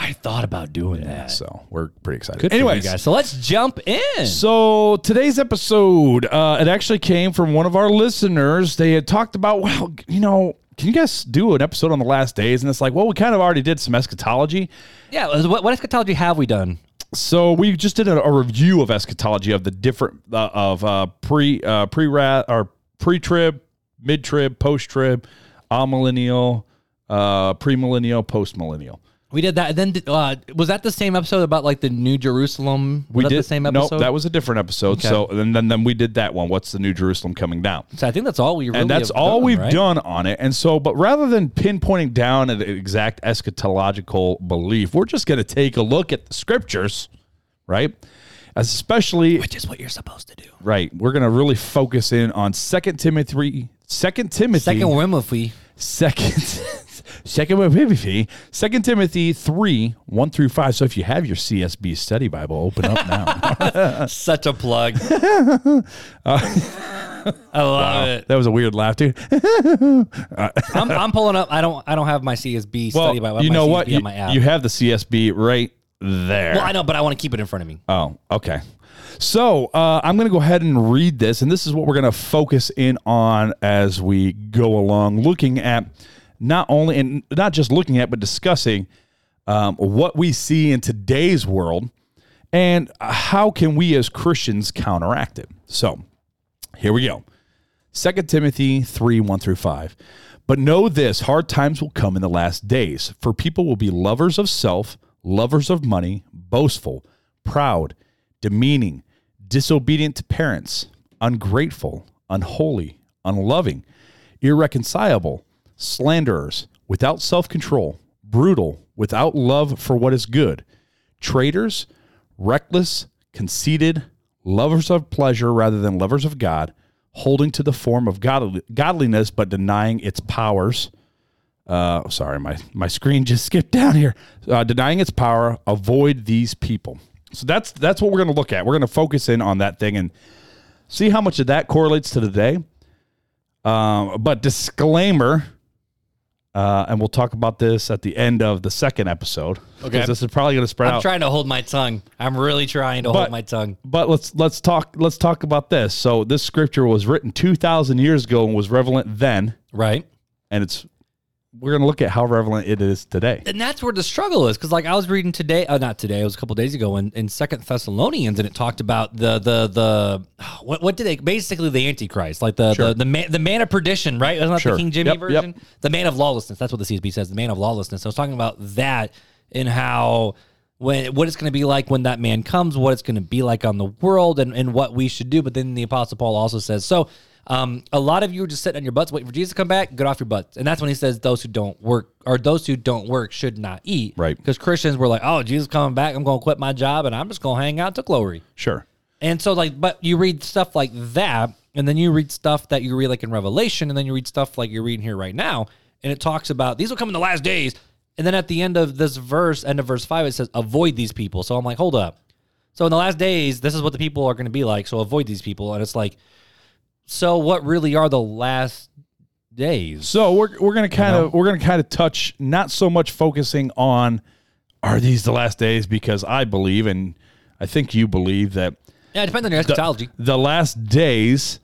Speaker 1: I thought about doing that.
Speaker 2: So we're pretty excited.
Speaker 1: Good for you
Speaker 2: Anyways,
Speaker 1: guys. So let's jump in.
Speaker 2: so today's episode, uh, it actually came from one of our listeners. They had talked about, well, you know, can you guys do an episode on the last days? And it's like, well, we kind of already did some eschatology.
Speaker 1: Yeah, it was- what, what eschatology have we done?
Speaker 2: So we just did a, a review of eschatology of the different uh, of uh, pre uh, pre rat or pre trib, mid trib, post trib, amillennial, uh, premillennial, post millennial.
Speaker 1: We did that. And then did- uh, was that the same episode about like the New Jerusalem? Was
Speaker 2: We
Speaker 1: that
Speaker 2: did
Speaker 1: the same episode.
Speaker 2: No, that was a different episode. So and then then we did that one. What's the New Jerusalem coming down?
Speaker 1: so I think that's all we. Really
Speaker 2: And that's
Speaker 1: have
Speaker 2: all
Speaker 1: done,
Speaker 2: we've
Speaker 1: right?
Speaker 2: done on it. And so, but rather than pinpointing down an exact eschatological belief, we're just going to take a look at the scriptures, right? Especially
Speaker 1: Which is what you're supposed to do.
Speaker 2: right, we're going to really focus in on Second Timothy, Second Timothy,
Speaker 1: Second women, if we
Speaker 2: second second Timothy second timothy 3 1 through 5 so if you have your csb study bible open up now
Speaker 1: such a plug. Uh, I love it.
Speaker 2: that was a weird laugh dude
Speaker 1: I'm, I'm pulling up. I don't. I don't have my CSB
Speaker 2: well,
Speaker 1: study Bible.
Speaker 2: you
Speaker 1: My
Speaker 2: know
Speaker 1: CSB
Speaker 2: what?
Speaker 1: on
Speaker 2: You,
Speaker 1: my app.
Speaker 2: you have the CSB right there.
Speaker 1: well, I know, but I want to keep it in front of me.
Speaker 2: oh, okay. So uh, I'm going to go ahead and read this, and this is what we're going to focus in on as we go along, looking at not only and not just looking at, but discussing um, what we see in today's world and how can we as Christians counteract it. So here we go. 2 Timothy 3 1 through 5. But know this hard times will come in the last days, for people will be lovers of self, lovers of money, boastful, proud, demeaning, disobedient to parents, ungrateful, unholy, unloving, irreconcilable, slanderers, without self control, brutal, without love for what is good, traitors, reckless, conceited, lovers of pleasure rather than lovers of God, holding to the form of godly, godliness but denying its powers. Uh, sorry, my, my screen just skipped down here. Uh, denying its power, avoid these people. So that's that's what we're going to look at. We're going to focus in on that thing and see how much of that correlates to today. Um, but disclaimer, uh, and we'll talk about this at the end of the second episode.
Speaker 1: Okay.
Speaker 2: 'cause this is probably going to spread
Speaker 1: I'm
Speaker 2: out.
Speaker 1: trying to hold my tongue. I'm really trying to hold
Speaker 2: But-
Speaker 1: my tongue.
Speaker 2: but let's let's talk let's talk about this. So this scripture was written two thousand years ago and was relevant then,
Speaker 1: Right.
Speaker 2: and it's we're gonna look at how relevant it is today.
Speaker 1: and that's where the struggle is because like i was reading today uh, not today it was a couple days ago in, in second thessalonians and it talked about the the the what, what did they basically the antichrist like the the, the, man, the man of perdition right isn't that
Speaker 2: Sure.
Speaker 1: the king jimmy
Speaker 2: Yep, yep.
Speaker 1: version the man of lawlessness that's what the csb says the man of lawlessness i was talking about that and how when what it's going to be like when that man comes what it's going to be like on the world and, and what we should do but then the apostle paul also says so um, a lot of you are just sitting on your butts waiting for jesus to come back get off your butts and that's when he says those who don't work or those who don't work should not eat
Speaker 2: Right.
Speaker 1: because christians were like oh jesus coming back i'm going to quit my job and i'm just going to hang out to glory
Speaker 2: Sure.
Speaker 1: and so like but you read stuff like that and then you read stuff that you read like in Revelation and then you read stuff like you're reading here right now and it talks about these will come in the last days. And then at the end of this verse, end of verse 5 it says avoid these people. So I'm like, hold up. So in the last days, this is what the people are going to be like, so avoid these people and it's like so what really are the last days?
Speaker 2: So we're we're gonna kind of we're gonna kind of touch not so much focusing on are these the last days because I believe and I think you believe that
Speaker 1: Yeah, it depends on your eschatology.
Speaker 2: the last days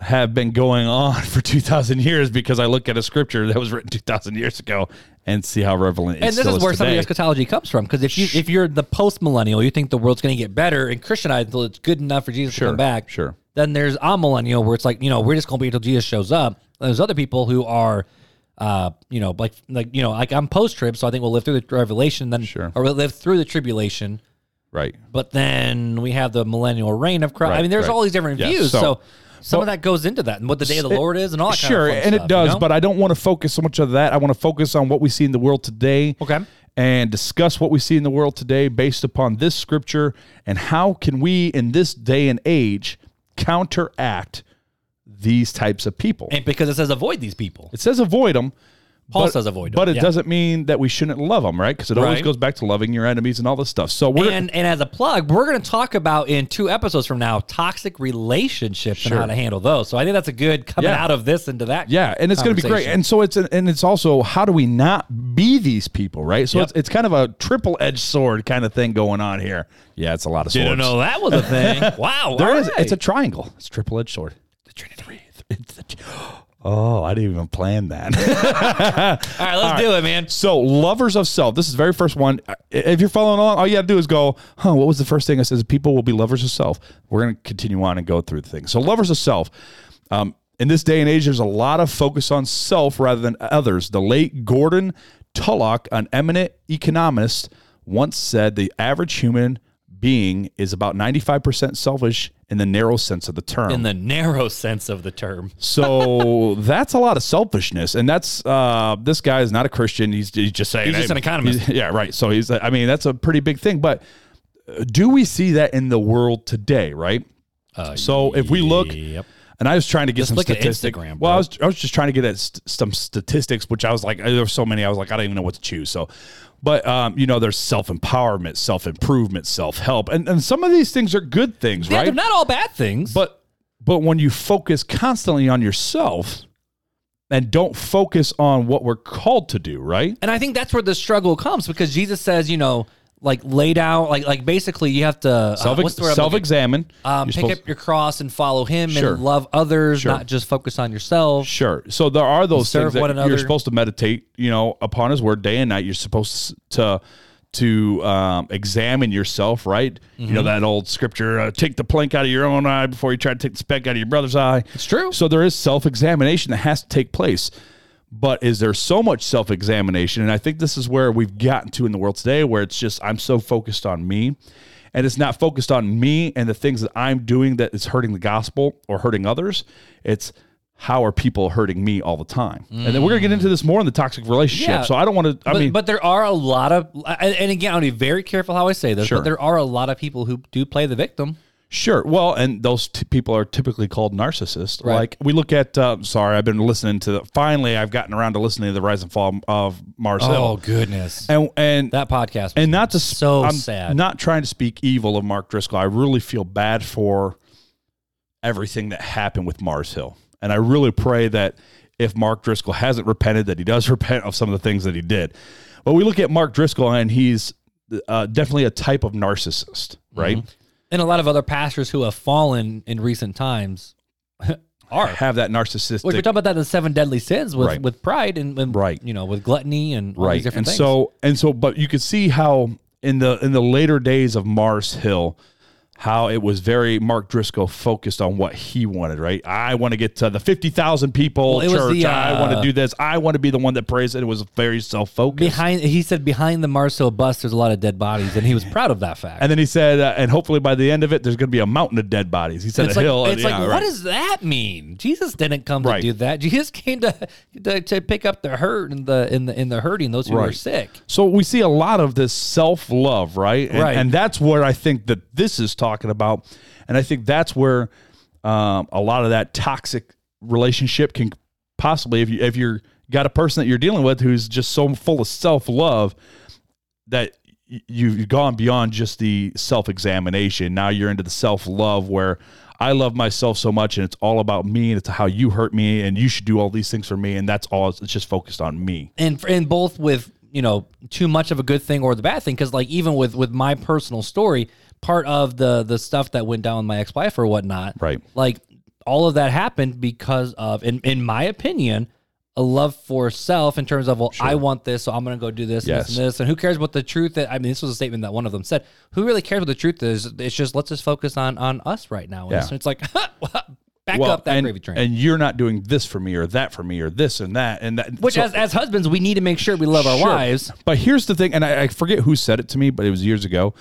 Speaker 2: have been going on for 2000 years because I look at a scripture that was written 2000 years ago and see how relevant it
Speaker 1: and this
Speaker 2: still
Speaker 1: is where some of
Speaker 2: today.
Speaker 1: your eschatology comes from because if you if you're the post millennial, you think the world's going to get better and Christianized until it's good enough for Jesus to
Speaker 2: Sure,
Speaker 1: come back.
Speaker 2: sure.
Speaker 1: Then there's a millennial where it's like you know we're just going to be until Jesus shows up. And there's other people who are, uh, you know, like like you know like I'm post trib, so I think we'll live through the Revelation, then
Speaker 2: Sure.
Speaker 1: or we'll live through the tribulation.
Speaker 2: right.
Speaker 1: But then we have the millennial reign of Christ. I
Speaker 2: Right,
Speaker 1: mean, there's
Speaker 2: right.
Speaker 1: all these different
Speaker 2: Yeah,
Speaker 1: views.
Speaker 2: so-
Speaker 1: So, some of that goes into that and what the day of the Lord is and all that. kind of
Speaker 2: sure
Speaker 1: fun
Speaker 2: and
Speaker 1: stuff,
Speaker 2: it
Speaker 1: you
Speaker 2: does
Speaker 1: know?
Speaker 2: but i don't want to focus so much on that i want to focus on what we see in the world today
Speaker 1: Okay.
Speaker 2: and discuss what we see in the world today based upon this scripture and how can we in this day and age counteract these types of people
Speaker 1: and because it says avoid these people,
Speaker 2: it says avoid them
Speaker 1: Paul
Speaker 2: but,
Speaker 1: says avoid them,
Speaker 2: but it
Speaker 1: yeah.
Speaker 2: doesn't mean that we shouldn't love them right because it always
Speaker 1: Right.
Speaker 2: goes back to loving your enemies and all this stuff so we're
Speaker 1: And and as a plug, we're going to talk about in two episodes from now toxic relationships and how to handle those. So I think that's a good coming
Speaker 2: Yeah.
Speaker 1: out of this into that.
Speaker 2: Yeah, and it's going to be great.
Speaker 1: conversation.
Speaker 2: And so it's and it's also how do we not be these people, right? So it's it's kind of a triple edged sword kind of thing going on here. Yeah, it's a lot of swords.
Speaker 1: Didn't know that was a thing. wow,
Speaker 2: There
Speaker 1: all
Speaker 2: is-
Speaker 1: right.
Speaker 2: It's a triangle. It's triple edged sword. The Trinity. It's the, oh, I didn't even plan that.
Speaker 1: all right. Let's do it, man.
Speaker 2: so lovers of self. This is the very first one. Uh, If you're following along, all you have to do is go. Huh? What was the first thing that says people will be lovers of self? We're going to continue on and go through the thing. So lovers of self. Um, in this day and age, there's a lot of focus on self rather than others. The late Gordon Tullock, an eminent economist, once said the average human being is about 95% selfish in the narrow sense of the term.
Speaker 1: In the narrow sense of the term,
Speaker 2: So that's a lot of selfishness, and that's uh, this guy is not a Christian. He's, he's just saying
Speaker 1: He's just an economist."
Speaker 2: he's- yeah, right. So he's. I mean, that's a pretty big thing. But uh, do we see that in the world today? Right. so if we look,
Speaker 1: Uh, yep.
Speaker 2: and I was trying to get some
Speaker 1: look at
Speaker 2: statistics.
Speaker 1: Instagram,
Speaker 2: well, I
Speaker 1: bro.
Speaker 2: was I was just trying to get at st- some statistics, which I was like, there were so many. I was like, I don't even know what to choose. So, but um, you know, there's self empowerment, self improvement, self help, and and some of these things are good things,
Speaker 1: Yeah,
Speaker 2: right?
Speaker 1: they're not all bad things.
Speaker 2: But but when you focus constantly on yourself and don't focus on what we're called to do, right?
Speaker 1: And I think that's where the struggle comes because Jesus says, you know, like lay down, like like basically you have to uh,
Speaker 2: Self
Speaker 1: what's the word I'm
Speaker 2: self
Speaker 1: looking-
Speaker 2: examine.
Speaker 1: um, pick up your cross and follow Him
Speaker 2: Sure.
Speaker 1: and love others, not just focus on yourself.
Speaker 2: Sure. So there are those
Speaker 1: Serve
Speaker 2: things that
Speaker 1: one
Speaker 2: you're
Speaker 1: another.
Speaker 2: supposed to meditate, you know, upon His Word day and night. You're supposed to to um, examine yourself, right? You
Speaker 1: Mm-hmm.
Speaker 2: know that old scripture: uh, "Take the plank out of your own eye before you try to take the speck out of your brother's eye."
Speaker 1: It's true.
Speaker 2: So there is self examination that has to take place. But is there so much self examination? And I think this is where we've gotten to in the world today, where it's just, I'm so focused on me and it's not focused on me and the things that I'm doing that is hurting the gospel or hurting others. It's how are people hurting me all the time? And then we're gonna get into this more in the toxic relationship.
Speaker 1: Yeah.
Speaker 2: So I don't want to. I
Speaker 1: but,
Speaker 2: mean,
Speaker 1: but there are a lot of, and and again, I'll be very careful how I say this,
Speaker 2: Sure.
Speaker 1: but there are a lot of people who do play the victim.
Speaker 2: sure. Well, and those t- people are typically called narcissists.
Speaker 1: Right.
Speaker 2: Like we look at. Uh, sorry, I've been listening to. The, finally, I've gotten around to listening to the rise and fall of Mars
Speaker 1: Oh,
Speaker 2: Hill.
Speaker 1: goodness.
Speaker 2: And and
Speaker 1: that podcast. was
Speaker 2: and not to sp-
Speaker 1: so
Speaker 2: I'm
Speaker 1: sad.
Speaker 2: Not trying to speak evil of Mark Driscoll. I really feel bad for everything that happened with Mars Hill, and I really pray that if Mark Driscoll hasn't repented, that he does repent of some of the things that he did. But we look at Mark Driscoll, and he's uh, definitely a type of narcissist, right?
Speaker 1: and a lot of other pastors who have fallen in recent times are.
Speaker 2: Have that
Speaker 1: Which we're
Speaker 2: narcissistic
Speaker 1: talking about that in the seven deadly sins with,
Speaker 2: Right.
Speaker 1: with pride and, and
Speaker 2: Right.
Speaker 1: you know with gluttony and all
Speaker 2: right,
Speaker 1: these different
Speaker 2: and
Speaker 1: things.
Speaker 2: so and so, but you could see how in the in the later days of Mars Hill. how it was very Mark Driscoll focused on what he wanted, right? I want to get to the 50,000 people
Speaker 1: Well, it was
Speaker 2: church.
Speaker 1: the,
Speaker 2: I
Speaker 1: uh,
Speaker 2: want to do this. I want to be the one that prays. And it was very self focused.
Speaker 1: behind he said behind the Mars Hill bus there's a lot of dead bodies and he was proud of that fact.
Speaker 2: And then he said, uh, and hopefully by the end of it, there's going to be a mountain of dead bodies. He said,
Speaker 1: it's
Speaker 2: a
Speaker 1: like,
Speaker 2: hill.
Speaker 1: it's like
Speaker 2: yeah,
Speaker 1: what
Speaker 2: right.
Speaker 1: does that mean? Jesus didn't come
Speaker 2: Right.
Speaker 1: to do that. Jesus came to, to to pick up the hurt and the in the in the hurting those who are
Speaker 2: Right.
Speaker 1: sick.
Speaker 2: So we see a lot of this self love, right? And,
Speaker 1: Right.
Speaker 2: And that's what I think that this is talking about. And I think that's where um, a lot of that toxic relationship can possibly, if you if you're got a person that you're dealing with who's just so full of self love that y- you've gone beyond just the self examination. Now you're into the self love where. I love myself so much, and it's all about me, and it's how you hurt me, and you should do all these things for me, and that's all. It's it's just focused on me.
Speaker 1: and and both with you know too much of a good thing or the bad thing because like even with with my personal story part of the the stuff that went down with my ex-wife or whatnot
Speaker 2: Right.
Speaker 1: like all of that happened because of in in my opinion a love for self in terms of well i want this so i'm gonna go do this and
Speaker 2: Yes.
Speaker 1: this and this and who cares what the truth is i mean this was a statement that one of them said who really cares what the truth is it's just let's just focus on on us right now and
Speaker 2: Yeah.
Speaker 1: so it's like back up that
Speaker 2: and,
Speaker 1: gravy train
Speaker 2: And you're not doing this for me or that for me or this and that and that.
Speaker 1: which
Speaker 2: so-
Speaker 1: as, as husbands we need to make sure we love our
Speaker 2: Sure.
Speaker 1: wives
Speaker 2: But here's the thing, and I, I forget who said it to me, but it was years ago,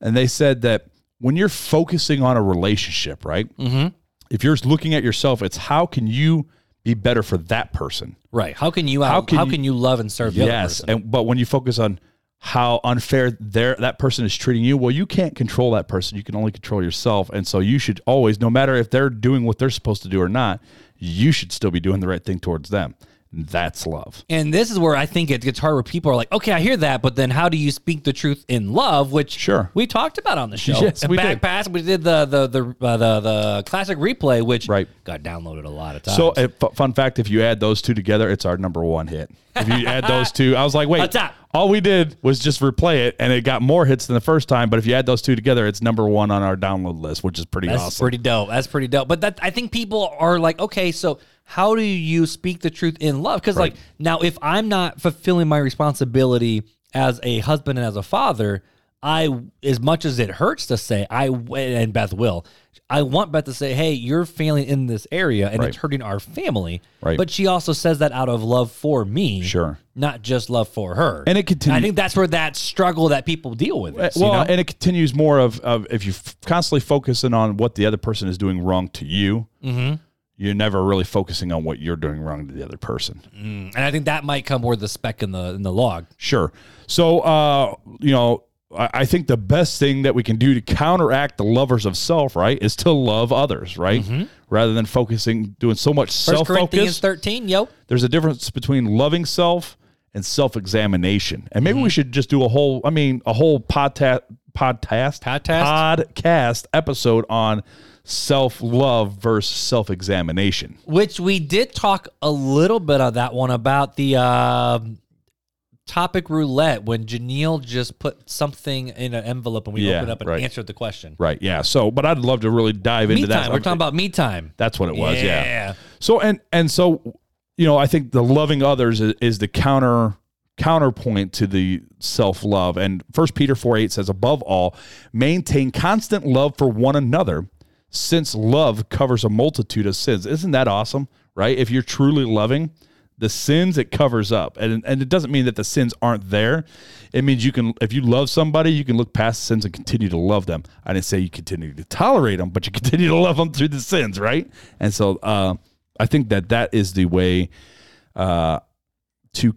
Speaker 2: and they said that when you're focusing on a relationship, right? Mm-hmm. If you're looking at yourself, it's how can you be better for that person?
Speaker 1: Right. How can you how
Speaker 2: can
Speaker 1: can,
Speaker 2: you-
Speaker 1: you, love and serve the other
Speaker 2: yes,
Speaker 1: person?
Speaker 2: and but when you focus on how unfair their that person is treating you, well, you can't control that person. You can only control yourself, and so you should always, no matter if they're doing what they're supposed to do or not, you should still be doing the right thing towards them. That's love.
Speaker 1: And this is where I think it gets hard where people are like, okay, I hear that, but then how do you speak the truth in love? Which
Speaker 2: Sure.
Speaker 1: we talked about on the show.
Speaker 2: Yes, we
Speaker 1: Back
Speaker 2: did.
Speaker 1: past, we did the the the uh, the, the classic replay, which
Speaker 2: Right.
Speaker 1: got downloaded a lot of times.
Speaker 2: So, uh, fu- fun fact: if you add those two together, it's our number one hit. If you add those two, I was like, wait,
Speaker 1: What's up?
Speaker 2: all we did was just replay it, and it got more hits than the first time. But if you add those two together, it's number one on our download list, which is pretty
Speaker 1: that's
Speaker 2: awesome.
Speaker 1: pretty dope. That's pretty dope. But that I think people are like, okay, so how do you speak the truth in love? Because like now, if I'm not fulfilling my responsibility as a husband and as a father, I as much as it hurts to say, I and Beth will, I want Beth to say, hey, you're failing in this area and it's hurting our family.
Speaker 2: Right.
Speaker 1: But she also says that out of love for me,
Speaker 2: Sure.
Speaker 1: not just love for her.
Speaker 2: And it continue-
Speaker 1: I think that's where that struggle that people deal with. Is,
Speaker 2: Uh, well,
Speaker 1: you know?
Speaker 2: and it continues more of, of if you're f- constantly focusing on what the other person is doing wrong to you,
Speaker 1: Mm-hmm.
Speaker 2: you're never really focusing on what you're doing wrong to the other person.
Speaker 1: and I think that might come more the speck in the in the log.
Speaker 2: Sure. So, uh, you know, I, I think the best thing that we can do to counteract the lovers of self, right, is to love others, right?
Speaker 1: Mm-hmm.
Speaker 2: Rather than focusing, doing so much
Speaker 1: First
Speaker 2: self
Speaker 1: Corinthians
Speaker 2: focus.
Speaker 1: 13, yo.
Speaker 2: There's a difference between loving self and self examination. And
Speaker 1: Mm-hmm.
Speaker 2: maybe we should just do a whole, I mean, a whole podcast, podcast,
Speaker 1: Podcast?
Speaker 2: podcast episode on self love versus self examination.
Speaker 1: Which we did talk a little bit on that one about the um topic roulette when Janelle just put something in an envelope and we
Speaker 2: Yeah,
Speaker 1: opened up and
Speaker 2: right.
Speaker 1: answered the question.
Speaker 2: Right. Yeah. So, but I'd love to really dive into
Speaker 1: Me
Speaker 2: that.
Speaker 1: time. We're talking about me time.
Speaker 2: That's what it was. Yeah.
Speaker 1: Yeah.
Speaker 2: So and and so, you know, I think the loving others is, is the counter counterpoint to the self love. And First Peter four eight says, above all, maintain constant love for one another, since love covers a multitude of sins. Isn't that awesome? Right? If you're truly loving, the sins it covers up and, and it doesn't mean that the sins aren't there it means you can if you love somebody you can look past the sins and continue to love them i didn't say you continue to tolerate them but you continue to love them through the sins right and so uh, i think that that is the way uh, to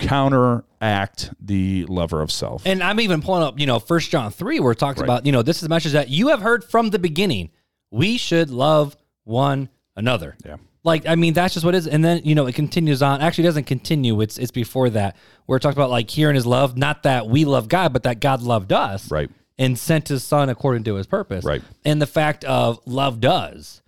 Speaker 2: counteract the lover of self
Speaker 1: And I'm even pulling up, you know, First John three, where it talks about, you know, this is a message that you have heard from the beginning. We should love one another.
Speaker 2: Yeah.
Speaker 1: Like, I mean, that's just what it is. And then, you know, it continues on. Actually, it doesn't continue. It's it's before that, where it talks about like hearing his love, not that we love God, but that God loved us.
Speaker 2: Right.
Speaker 1: And sent his son according to his purpose.
Speaker 2: Right.
Speaker 1: And the fact of love does.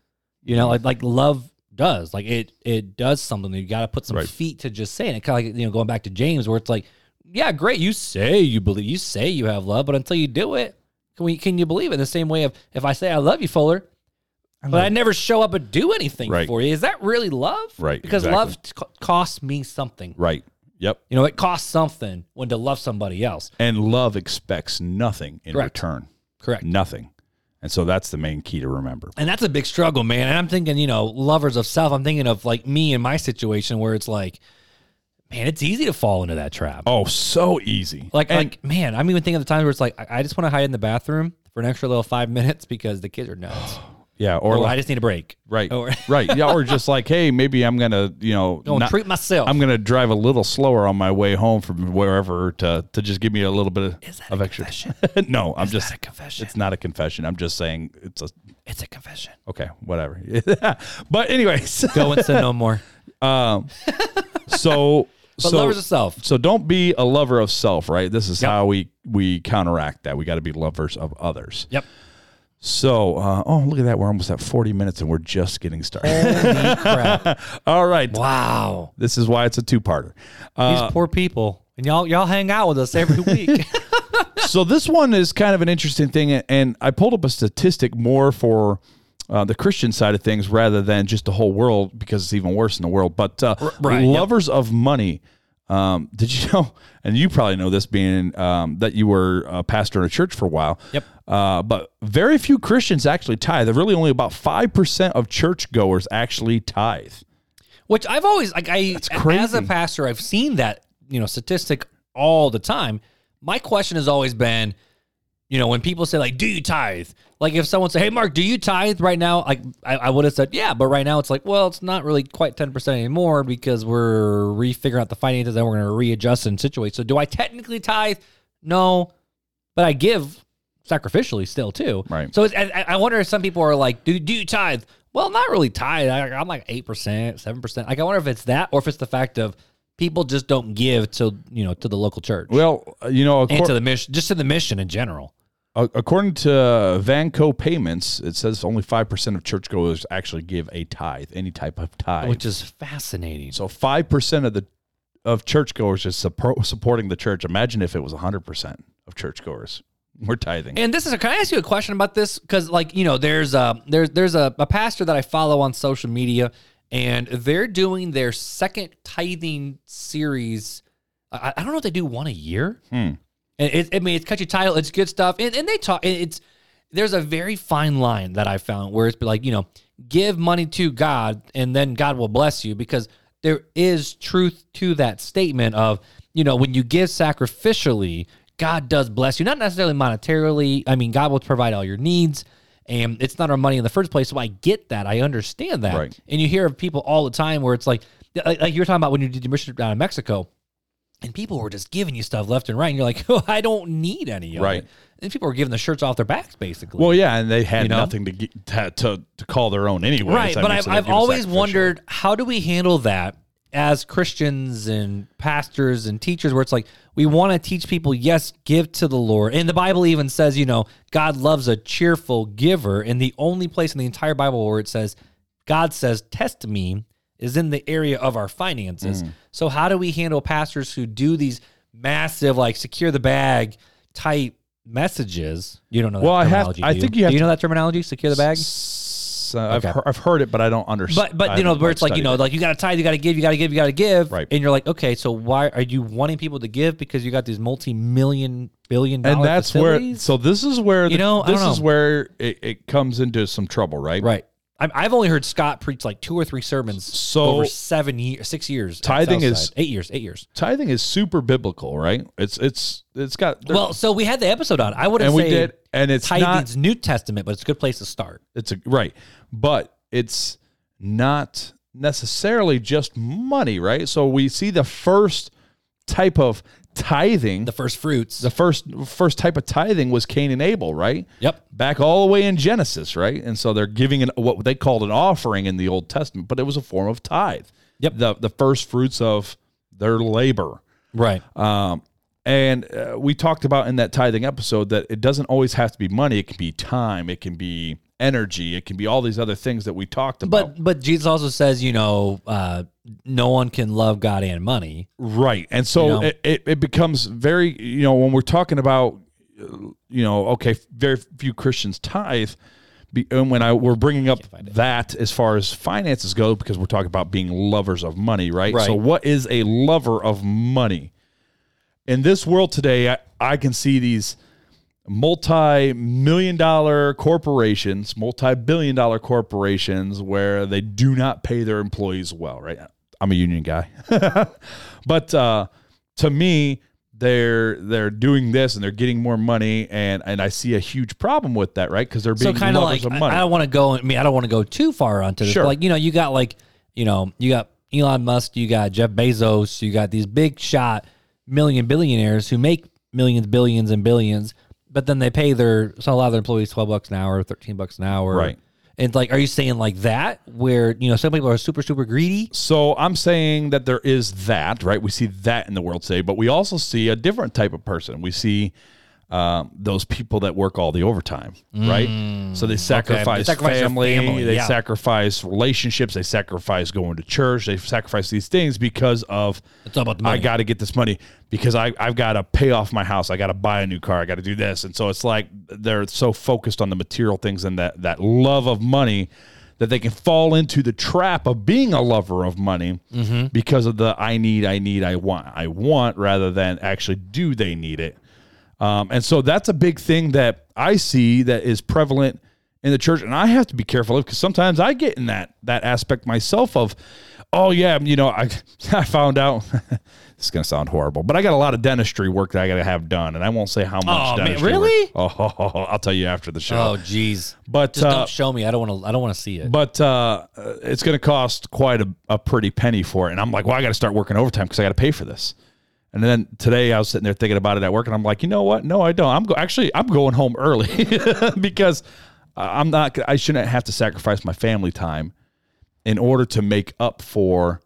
Speaker 1: You know, like like love does. Like it it does something. You got to put some
Speaker 2: Right.
Speaker 1: feet to just saying it. Kind of like you know going back to James, where it's like, yeah, great. You say you believe, you say you have love, but until you do it, can we can you believe it? The same way of if I say I love you, Fuller, but I never show up and do anything
Speaker 2: Right.
Speaker 1: for you. Is that really love?
Speaker 2: Right,
Speaker 1: Because
Speaker 2: exactly.
Speaker 1: love t- co- costs me something.
Speaker 2: right yep
Speaker 1: You know, it costs something when to love somebody else.
Speaker 2: and love expects nothing in
Speaker 1: Correct.
Speaker 2: return
Speaker 1: Correct.
Speaker 2: nothing and so that's the main key to remember
Speaker 1: And that's a big struggle, man. And I'm thinking, you know, lovers of self. I'm thinking of like me and my situation where it's like, man, it's easy to fall into that trap.
Speaker 2: oh so easy
Speaker 1: Like,
Speaker 2: And-
Speaker 1: like, man, I'm even thinking of the times where it's like, I, I just want to hide in the bathroom for an extra little five minutes because the kids are nuts,
Speaker 2: yeah or
Speaker 1: or
Speaker 2: like
Speaker 1: I just need a break.
Speaker 2: Right.
Speaker 1: Or-
Speaker 2: right. Yeah. Or just like, hey, maybe I'm gonna, you know,
Speaker 1: Don't
Speaker 2: not-
Speaker 1: treat myself.
Speaker 2: I'm gonna drive a little slower on my way home from wherever to to just give me a little bit of,
Speaker 1: that
Speaker 2: of
Speaker 1: a
Speaker 2: extra. no, I'm just.
Speaker 1: a confession?
Speaker 2: It's not a confession. I'm just saying it's a
Speaker 1: It's a confession.
Speaker 2: okay, whatever. but anyways,
Speaker 1: Go and say no more.
Speaker 2: so
Speaker 1: But
Speaker 2: so
Speaker 1: lovers of self.
Speaker 2: so don't be a lover of self. Right. This is
Speaker 1: Yep.
Speaker 2: how we we counteract that. We got to be lovers of others.
Speaker 1: Yep.
Speaker 2: So uh, oh look at that. We're almost at 40 minutes and we're just getting started.
Speaker 1: Holy crap.
Speaker 2: All right.
Speaker 1: Wow.
Speaker 2: This is why it's a two parter.
Speaker 1: These
Speaker 2: Uh,
Speaker 1: poor people. And y'all y'all hang out with us every week.
Speaker 2: so this one is kind of an interesting thing, and I pulled up a statistic more for uh, the Christian side of things rather than just the whole world because it's even worse in the world. But uh,
Speaker 1: right, yep.
Speaker 2: lovers of money. Um, did you know? And you probably know this, being um, that you were a pastor in a church for a while.
Speaker 1: Yep.
Speaker 2: Uh, but very few Christians actually tithe. Really, only about five percent of churchgoers actually tithe.
Speaker 1: Which I've always like I as
Speaker 2: crazy.
Speaker 1: a pastor, I've seen that, you know, statistic all the time. My question has always been, you know, when people say like, do you tithe? Like if someone said, Hey Mark, do you tithe right now? Like I, I would have said, Yeah, but right now it's like, well, it's not really quite ten percent anymore because we're refiguring out the finances and we're gonna readjust and situate. So do I technically tithe? No. But I give sacrificially still too.
Speaker 2: Right.
Speaker 1: So it's, I, I wonder if some people are like, do, do you tithe? Well, not really tithe. I, I'm like eight percent, seven percent. Like I wonder if it's that, or if it's the fact of people just don't give to you know to the local church
Speaker 2: Well, you know, of
Speaker 1: and
Speaker 2: cour-
Speaker 1: to the mission, just to the mission in general.
Speaker 2: A- According to Vanco Payments, it says only 5% of churchgoers actually give a tithe, any type of tithe.
Speaker 1: which is fascinating.
Speaker 2: so 5% of the of churchgoers is support, supporting the church. Imagine if it was 100% of churchgoers were tithing.
Speaker 1: And this is can I ask you a question about this? Because like you know, there's a there's there's a, a pastor that I follow on social media, and they're doing their second tithing series. I, I don't know if they do one a year.
Speaker 2: Hmm.
Speaker 1: And it, I mean, it's catchy title, it's good stuff, and, and they talk. and It's there's a very fine line that I found where it's like you know, give money to God, and then God will bless you because there is truth to that statement of you know when you give sacrificially, God does bless you, not necessarily monetarily. I mean, God will provide all your needs. And it's not our money in the first place, so I get that. I understand that.
Speaker 2: Right.
Speaker 1: And you hear of people all the time where it's like, like like you were talking about when you did your mission trip down in Mexico, and people were just giving you stuff left and right, and you're like, oh, I don't need any of
Speaker 2: Right.
Speaker 1: it. And people were giving the shirts off their backs, basically.
Speaker 2: Well, yeah, and they had
Speaker 1: You know?
Speaker 2: nothing to, get, to, to to call their own anyway.
Speaker 1: right, but I've, I've always wondered how do we handle that as Christians and pastors and teachers, where it's like we want to teach people, yes, give to the Lord, and the Bible even says, you know, God loves a cheerful giver, and the only place in the entire Bible where it says God says, test me, is in the area of our finances.
Speaker 2: Mm.
Speaker 1: So how do we handle pastors who do these massive, like secure the bag type messages? You don't know.
Speaker 2: Well, I
Speaker 1: that
Speaker 2: have-
Speaker 1: terminology,
Speaker 2: I
Speaker 1: do
Speaker 2: think you have
Speaker 1: Do you
Speaker 2: to-
Speaker 1: know that terminology? Secure the bag.
Speaker 2: So uh, I've,
Speaker 1: Okay.
Speaker 2: heard, I've heard it, but I don't understand.
Speaker 1: But but you know where it's like you know like you got to tithe, you got to give, you got to give, you got to give,
Speaker 2: Right.
Speaker 1: And you're like, okay, so why are you wanting people to give because you got these multi-million billion dollar
Speaker 2: and that's where
Speaker 1: facilities?
Speaker 2: so this is where
Speaker 1: You know, I
Speaker 2: this
Speaker 1: don't
Speaker 2: is
Speaker 1: know.
Speaker 2: where it, it comes into some trouble right
Speaker 1: right? I'm- I've only heard Scott preach like two or three sermons
Speaker 2: So-
Speaker 1: over seven years, six years. at
Speaker 2: Tithing is-
Speaker 1: Southside. eight years, eight years.
Speaker 2: Tithing is super biblical, right? It's it's it's got
Speaker 1: Well, so we had the episode on. I wouldn't
Speaker 2: and
Speaker 1: say
Speaker 2: we did, and it's not
Speaker 1: tithing's New Testament, but it's a good place to start.
Speaker 2: it's a right, but it's not necessarily just money, right? So we see the first type of tithing,
Speaker 1: The
Speaker 2: the,
Speaker 1: first fruits.
Speaker 2: first first type of tithing was Cain and Abel, right?
Speaker 1: yep.
Speaker 2: Back all the way in Genesis, right? And so they're giving an, what they called an offering in the Old Testament, but it was a form of tithe.
Speaker 1: Yep.
Speaker 2: The the first fruits of their labor.
Speaker 1: Right.
Speaker 2: Um, and uh, we talked about in that tithing episode that it doesn't always have to be money. It can be time. It can be energy. It can be all these other things that we talked about.
Speaker 1: But but Jesus also says, you know, uh, no one can love God and money.
Speaker 2: right. And so
Speaker 1: You know.
Speaker 2: it, it, it becomes very, you know, when we're talking about, uh, you know, okay, very few Christians tithe. Be, and when I we're bringing up that as far as finances go, because we're talking about being lovers of money, right?
Speaker 1: Right.
Speaker 2: So what is a lover of money? In this world today, I, I can see these multi-million dollar corporations, multi-billion dollar corporations where they do not pay their employees well, right? I'm a union guy. but uh, to me, they're they're doing this and they're getting more money and and I see a huge problem with that, right? Cuz they're
Speaker 1: So
Speaker 2: being
Speaker 1: kind of
Speaker 2: lovers
Speaker 1: like
Speaker 2: of
Speaker 1: I, I
Speaker 2: money.
Speaker 1: don't want to go. I mean, I don't want to go too far onto this. but,
Speaker 2: Sure.
Speaker 1: Like you know, you got like you know, you got Elon Musk, you got Jeff Bezos, you got these big shot million billionaires who make millions, billions, and billions, but then they pay their so a lot of their employees twelve bucks an hour, thirteen bucks an hour,
Speaker 2: Right.
Speaker 1: And like, are you saying like that, where you know some people are super, super greedy?
Speaker 2: So I'm saying that there is that, right? We see that in the world today, but we also see a different type of person. We see um, those people that work all the overtime, right? So they sacrifice,
Speaker 1: Mm, sacrifice their
Speaker 2: family,
Speaker 1: family,
Speaker 2: they
Speaker 1: yeah.
Speaker 2: sacrifice relationships, they sacrifice going to church, they sacrifice these things because of
Speaker 1: It's all about the
Speaker 2: I
Speaker 1: money.
Speaker 2: got to get this money because I, I've got to pay off my house. I got to buy a new car. I got to do this. And so it's like they're so focused on the material things and that, that love of money that they can fall into the trap of being a lover of money
Speaker 1: Mm-hmm.
Speaker 2: because of the I need, I need, I want, I want rather than actually do they need it. Um, and so that's a big thing that I see that is prevalent in the church, and I have to be careful of because sometimes I get in that that aspect myself of, oh yeah, you know, I I found out this is gonna sound horrible, but I got a lot of dentistry work that I gotta have done, and I won't say how much.
Speaker 1: Oh, man,
Speaker 2: dentistry work.
Speaker 1: really?
Speaker 2: Oh, I'll tell you after the show.
Speaker 1: Oh, jeez.
Speaker 2: but
Speaker 1: Just
Speaker 2: uh,
Speaker 1: don't show me. I don't want to. I don't want to see it.
Speaker 2: but uh, it's going to cost quite a, a pretty penny for it. And I'm like, well, I got to start working overtime because I got to pay for this. And then today I was sitting there thinking about it at work, and I'm like, you know what? No, I don't. I'm go- actually I'm going home early because I'm not. I shouldn't have to sacrifice my family time in order to make up for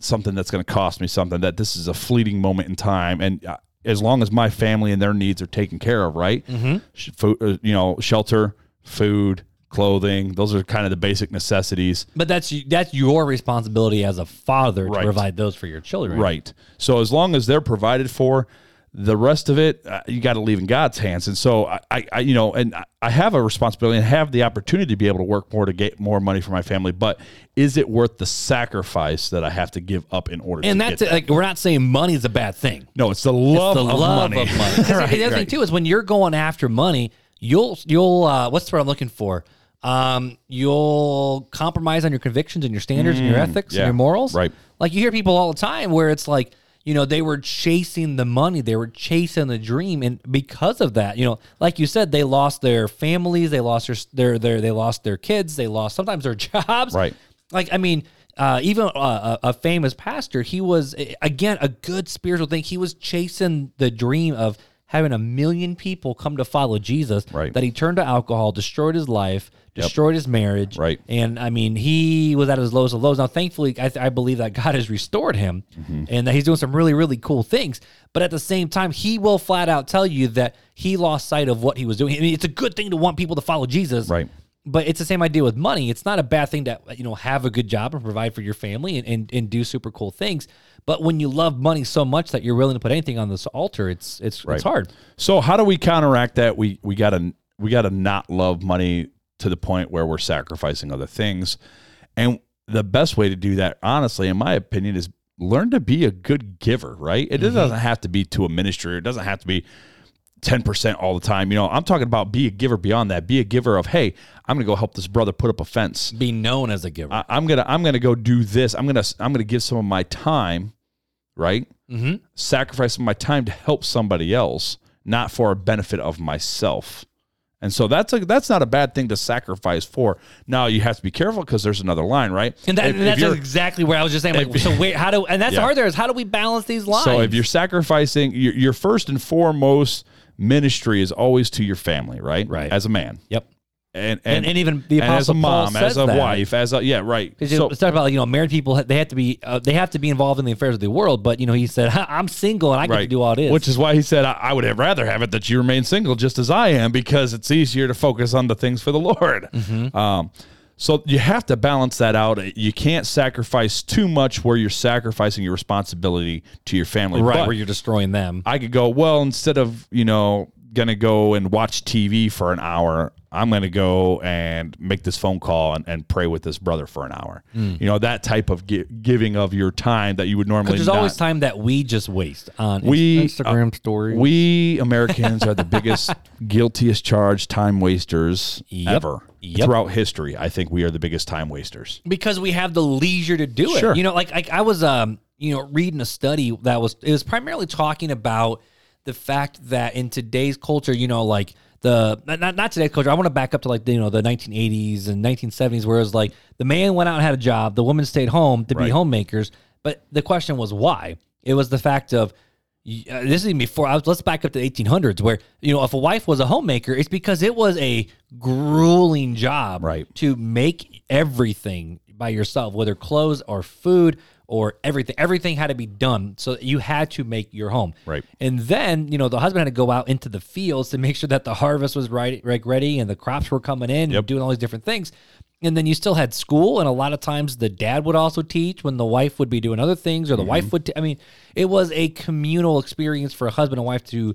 Speaker 2: something that's going to cost me something that this is a fleeting moment in time and uh, as long as my family and their needs are taken care of right Sh- food, uh, you know shelter food clothing those are kind of the basic necessities
Speaker 1: But that's that's your responsibility as a father
Speaker 2: Right.
Speaker 1: to provide those for your children.
Speaker 2: right so as long as they're provided for the rest of it uh, you got to leave in god's hands and so I, I, I you know and I- i have a responsibility and have the opportunity to be able to work more to get more money for my family but is it worth the sacrifice that i have to give up in order
Speaker 1: And
Speaker 2: to
Speaker 1: that's
Speaker 2: get
Speaker 1: it. like we're not saying money's a bad thing.
Speaker 2: no it's the love,
Speaker 1: the
Speaker 2: of,
Speaker 1: love
Speaker 2: money.
Speaker 1: of money. 'Cause
Speaker 2: Right,
Speaker 1: the other thing
Speaker 2: right.
Speaker 1: too is when you're going after money, you'll you'll uh, what's the word I'm looking for? Um, you'll compromise on your convictions and your standards and your ethics
Speaker 2: Mm, yeah,
Speaker 1: and your morals.
Speaker 2: right.
Speaker 1: Like you hear people all the time where it's like, you know, they were chasing the money, they were chasing the dream, and because of that, you know, like you said, they lost their families, they lost their their, their they lost their kids, they lost sometimes their jobs.
Speaker 2: Right.
Speaker 1: Like I mean, uh, even uh, a a famous pastor, he was eh, again a good spiritual thing. He was chasing the dream of having a million people come to follow Jesus.
Speaker 2: Right.
Speaker 1: That he turned to alcohol, destroyed his life, destroyed his marriage.
Speaker 2: Right.
Speaker 1: And I mean, he was at his lowest of lows. Now, thankfully, I, I believe that God has restored him,
Speaker 2: Mm-hmm.
Speaker 1: and that he's doing some really really cool things. But at the same time, he will flat out tell you that he lost sight of what he was doing. I mean, it's a good thing to want people to follow Jesus.
Speaker 2: Right.
Speaker 1: But it's the same idea with money. It's not a bad thing to you know have a good job and provide for your family and, and, and do super cool things. But when you love money so much that you're willing to put anything on this altar, it's it's it's hard.
Speaker 2: So how do we counteract that? We we gotta we gotta not love money to the point where we're sacrificing other things. And the best way to do that, honestly, in my opinion, is
Speaker 1: Mm-hmm.
Speaker 2: learn to be a good giver, right? It doesn't have to be to a ministry, it doesn't have to be 10% all the time. You know, I'm talking about be a giver beyond that. Be a giver of, hey, I'm going to go help this brother put up a fence.
Speaker 1: Be known as a giver.
Speaker 2: I, I'm going to I'm going to go do this. I'm going to I'm going to give some of my time, right?
Speaker 1: Mhm.
Speaker 2: Sacrifice some of my time to help somebody else, not for a benefit of myself. And so that's a, that's not a bad thing to sacrifice for. Now you have to be careful because there's another line, right?
Speaker 1: and, that,
Speaker 2: If-
Speaker 1: and
Speaker 2: if
Speaker 1: that's
Speaker 2: you're-
Speaker 1: exactly where I was just saying, like, so wait, how do, and that's the
Speaker 2: Yeah.
Speaker 1: hard there is how do we balance these lines?
Speaker 2: So if you're sacrificing, your, your first and foremost ministry is always to your family, right?
Speaker 1: Right.
Speaker 2: As a man,
Speaker 1: yep.
Speaker 2: and
Speaker 1: And,
Speaker 2: and,
Speaker 1: and even the
Speaker 2: and
Speaker 1: apostle
Speaker 2: as a mom,
Speaker 1: Paul
Speaker 2: as
Speaker 1: says
Speaker 2: a
Speaker 1: that.
Speaker 2: wife, as a yeah, right.
Speaker 1: Because you
Speaker 2: So-
Speaker 1: it's talking about like, you know married people they have to be uh, they have to be involved in the affairs of the world, but you know he said "Ha, I'm single and I get to
Speaker 2: right.
Speaker 1: do all this.
Speaker 2: Which is why he said, I, I would have rather have it that you remain single just as I am because it's easier to focus on the things for the Lord.
Speaker 1: Mm-hmm.
Speaker 2: Um, so you have to balance that out. You can't sacrifice too much where you're sacrificing your responsibility to your family.
Speaker 1: right
Speaker 2: But
Speaker 1: where you're destroying them.
Speaker 2: I could go, well, instead of, you know, going to go and watch TV for an hour, I'm going to go and make this phone call and, and pray with this brother for an hour.
Speaker 1: Mm.
Speaker 2: You know, that type of gi- giving of your time that you would normally
Speaker 1: There's
Speaker 2: not.
Speaker 1: always time that we just waste on
Speaker 2: We- uh,
Speaker 1: Instagram stories.
Speaker 2: We Americans are the biggest, guiltiest charged time wasters
Speaker 1: Yep.
Speaker 2: ever
Speaker 1: Yep.
Speaker 2: throughout history. I think we are the biggest time wasters.
Speaker 1: because we have the leisure to do it.
Speaker 2: Sure.
Speaker 1: You know, like, like I was, um, you know, reading a study that was it was primarily talking about the fact that in today's culture, you know, like the not- not not today's culture. I want to back up to like the, you know the 1980s and 1970s, where it was like the man went out and had a job, the woman stayed home to be
Speaker 2: Right.
Speaker 1: homemakers. But the question was why? It was the fact of y- uh, this is even before I was, let's back up to the 1800s where you know if a wife was a homemaker it's because it was a grueling job
Speaker 2: Right.
Speaker 1: to make everything by yourself, whether clothes or food or everything. Everything had to be done. So that you had to make your home.
Speaker 2: Right.
Speaker 1: And then, you know, the husband had to go out into the fields to make sure that the harvest was right, like ready and the crops were coming in and doing all these different things. And then you still had school. And a lot of times the dad would also teach when the wife would be doing other things or the
Speaker 2: Mm-hmm.
Speaker 1: wife would. T- I mean, it was a communal experience for a husband and wife to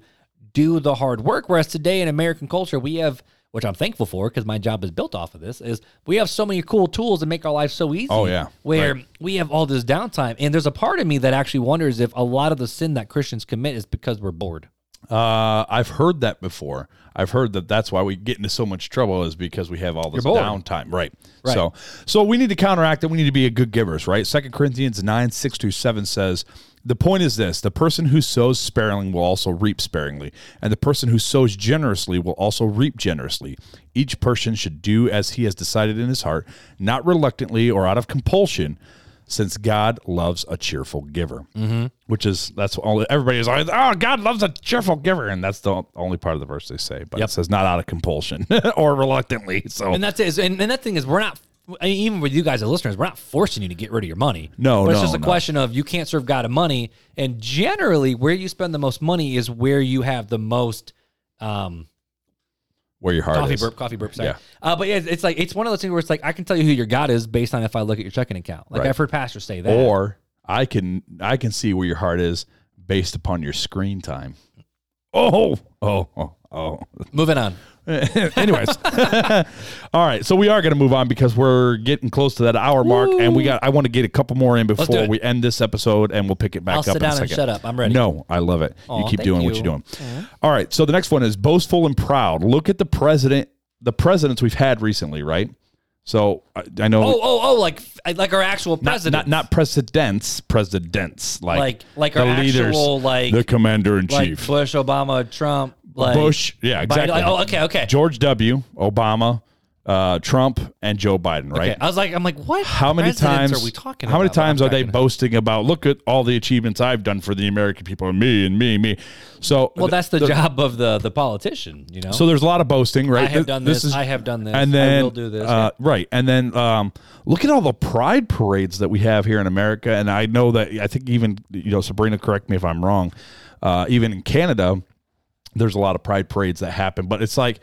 Speaker 1: do the hard work. Whereas today in American culture, we have, which I'm thankful for because my job is built off of this, is we have so many cool tools that make our life so easy.
Speaker 2: Oh, yeah.
Speaker 1: Where we have all this downtime. And there's a part of me that actually wonders if a lot of the sin that Christians commit is because we're bored.
Speaker 2: Uh, I've heard that before. I've heard that that's why we get into so much trouble is because we have all this
Speaker 1: You're bored.
Speaker 2: downtime. Right. So, so we need to counteract it. We need to be a good givers, right? Second Corinthians 9, 6 through 7 says, the point is this, the person who sows sparingly will also reap sparingly, and the person who sows generously will also reap generously. Each person should do as he has decided in his heart, not reluctantly or out of compulsion, since God loves a cheerful giver, mm-hmm. which is that's all everybody is. Always, oh, God loves a cheerful giver, and that's the only part of the verse they say. But
Speaker 1: Yep.
Speaker 2: it says not out of compulsion or reluctantly. So
Speaker 1: And that's it. And, and that thing is, we're not. I mean, even with you guys as listeners, we're not forcing you to get rid of your money.
Speaker 2: No,
Speaker 1: but it's
Speaker 2: no,
Speaker 1: just a
Speaker 2: no.
Speaker 1: question of you can't serve God in money, and generally, where you spend the most money is where you have the most um,
Speaker 2: where your heart
Speaker 1: coffee
Speaker 2: is.
Speaker 1: burp, coffee burp. Sorry,
Speaker 2: Yeah.
Speaker 1: uh, but yeah, it's, it's like it's one of those things where it's like I can tell you who your God is based on if I look at your checking account. Like
Speaker 2: Right. Oh.
Speaker 1: I've heard pastors say that.
Speaker 2: Or I can I can see where your heart is based upon your screen time. Oh, oh, oh, oh.
Speaker 1: Moving on.
Speaker 2: Anyways, all right. So we are going to move on because we're getting close to that hour mark, and we got. I want to get a couple more in
Speaker 1: do
Speaker 2: before
Speaker 1: it.
Speaker 2: we end this episode, and we'll pick it back
Speaker 1: I'll
Speaker 2: up.
Speaker 1: sit
Speaker 2: in
Speaker 1: down
Speaker 2: a
Speaker 1: and
Speaker 2: second.
Speaker 1: shut up. I'm ready.
Speaker 2: No, I love it.
Speaker 1: Aw,
Speaker 2: you keep
Speaker 1: thank
Speaker 2: doing what
Speaker 1: you.
Speaker 2: you're doing. All right. So the next one is boastful and proud. Look at the president, the presidents we've had recently, right? So I, I know
Speaker 1: Oh, oh, oh! Like, like our actual president.
Speaker 2: not not presidents, presidents like
Speaker 1: Like- like our actual, like-
Speaker 2: the commander in
Speaker 1: like
Speaker 2: chief,
Speaker 1: Bush, Obama, Trump, like
Speaker 2: Bush. Yeah,
Speaker 1: Biden.
Speaker 2: exactly.
Speaker 1: Like, oh, okay, okay.
Speaker 2: George W. Obama, uh, Trump, and Joe Biden. Right.
Speaker 1: Okay, I was like, I'm like, what?
Speaker 2: How many
Speaker 1: presidents
Speaker 2: times
Speaker 1: are we talking?
Speaker 2: How many
Speaker 1: about that
Speaker 2: times
Speaker 1: I'm
Speaker 2: are they
Speaker 1: cracking up?
Speaker 2: boasting about? Look at all the achievements I've done for the American people, and me, and me, me. So
Speaker 1: Well, that's the, job of the the politician, you know.
Speaker 2: So there's a lot of boasting, right?
Speaker 1: I have
Speaker 2: Th-
Speaker 1: done this. I have done this. I
Speaker 2: and then
Speaker 1: will do this.
Speaker 2: uh, right, and then um, look at all the pride parades that we have here in America. And I know that I think even you know Sabrina, correct me if I'm wrong. Uh, even in Canada, there's a lot of pride parades that happen, but it's like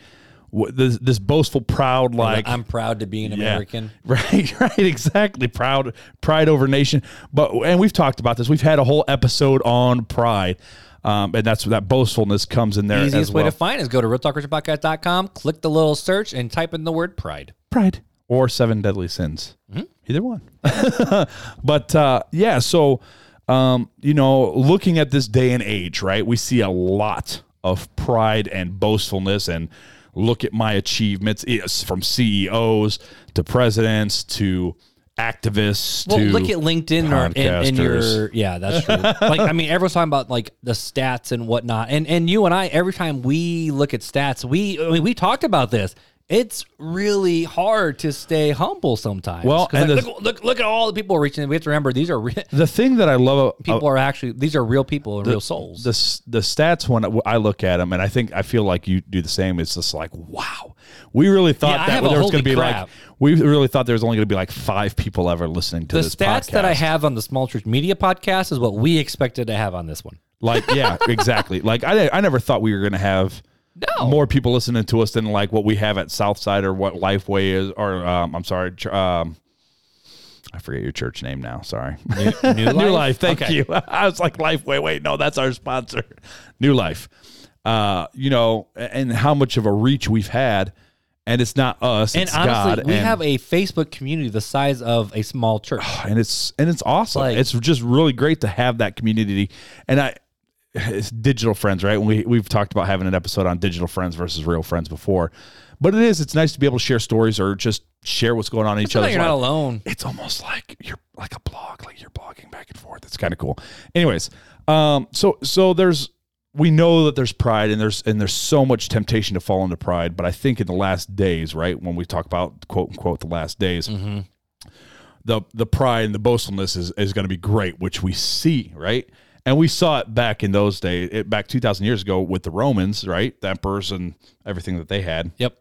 Speaker 2: wh- this, this boastful, proud, like
Speaker 1: I'm proud to be an
Speaker 2: yeah.
Speaker 1: American.
Speaker 2: Right, right, exactly. Proud pride over nation. But and we've talked about this. We've had a whole episode on pride. Um, and that's that boastfulness comes in there as
Speaker 1: Easiest
Speaker 2: well.
Speaker 1: way to find is go to realtalkchristianpodcast.com, click the little search, and type in the word pride.
Speaker 2: pride or seven deadly sins
Speaker 1: Mm-hmm.
Speaker 2: either one but uh, yeah so um, you know looking at this day and age right we see a lot of pride and boastfulness and look at my achievements It's from CEOs to presidents to activists
Speaker 1: Well,
Speaker 2: to
Speaker 1: look at LinkedIn or in, in your
Speaker 2: podcasters.
Speaker 1: yeah, that's true. like I mean, everyone's talking about like the stats and whatnot, and and you and I every time we look at stats, we I mean we talked about this. It's really hard to stay humble sometimes.
Speaker 2: Well,
Speaker 1: 'Cause,
Speaker 2: and
Speaker 1: like,
Speaker 2: the-
Speaker 1: look, look look at all the people reaching. We have to remember these are re-
Speaker 2: the thing that I love a-
Speaker 1: people are actually these are real people and real souls.
Speaker 2: the s- the stats when I look at them, and I think I feel like you do the same. It's just like wow, we really thought
Speaker 1: Yeah, I
Speaker 2: that
Speaker 1: have a
Speaker 2: there was
Speaker 1: holy
Speaker 2: going to be
Speaker 1: crap.
Speaker 2: like we really thought there was only going to be like five people ever listening to
Speaker 1: the
Speaker 2: this
Speaker 1: stats that I
Speaker 2: podcast.
Speaker 1: have on the Small Church Media podcast is what we expected to have on this one.
Speaker 2: Like yeah, exactly. Like I I never thought we were going to have. More people listening to us than like what we have at Southside or what Lifeway is, or um, I'm sorry, ch- um, I forget your church name now. Sorry, New,
Speaker 1: New
Speaker 2: Life. Thank
Speaker 1: Okay.
Speaker 2: you. I was like Lifeway. Wait, no, that's our sponsor, New Life. Uh, you know, and how much of a reach we've had, and it's not us,
Speaker 1: And
Speaker 2: it's
Speaker 1: honestly,
Speaker 2: God.
Speaker 1: we
Speaker 2: and, Oh,
Speaker 1: have a Facebook community the size of a small church.
Speaker 2: and it's and it's awesome.
Speaker 1: Like-
Speaker 2: it's just really great to have that community. And I it's digital friends, right? We we've talked about having an episode on digital friends versus real friends before. But it is it's nice to be able to share stories or just share what's going on in each
Speaker 1: So
Speaker 2: other's
Speaker 1: you're not
Speaker 2: life.
Speaker 1: alone.
Speaker 2: It's almost like you're like a blog, like you're blogging back and forth. It's kind of cool. Anyways, um so so there's we know that there's pride and there's and there's so much temptation to fall into pride, but I think in the last days, right, when we talk about quote unquote the last days, the the pride and the boastfulness is, is going to be great, which we see, right? And we saw it back in those days, it, back 2,000 years ago with the Romans, right? The emperors and everything that they had.
Speaker 1: Yep.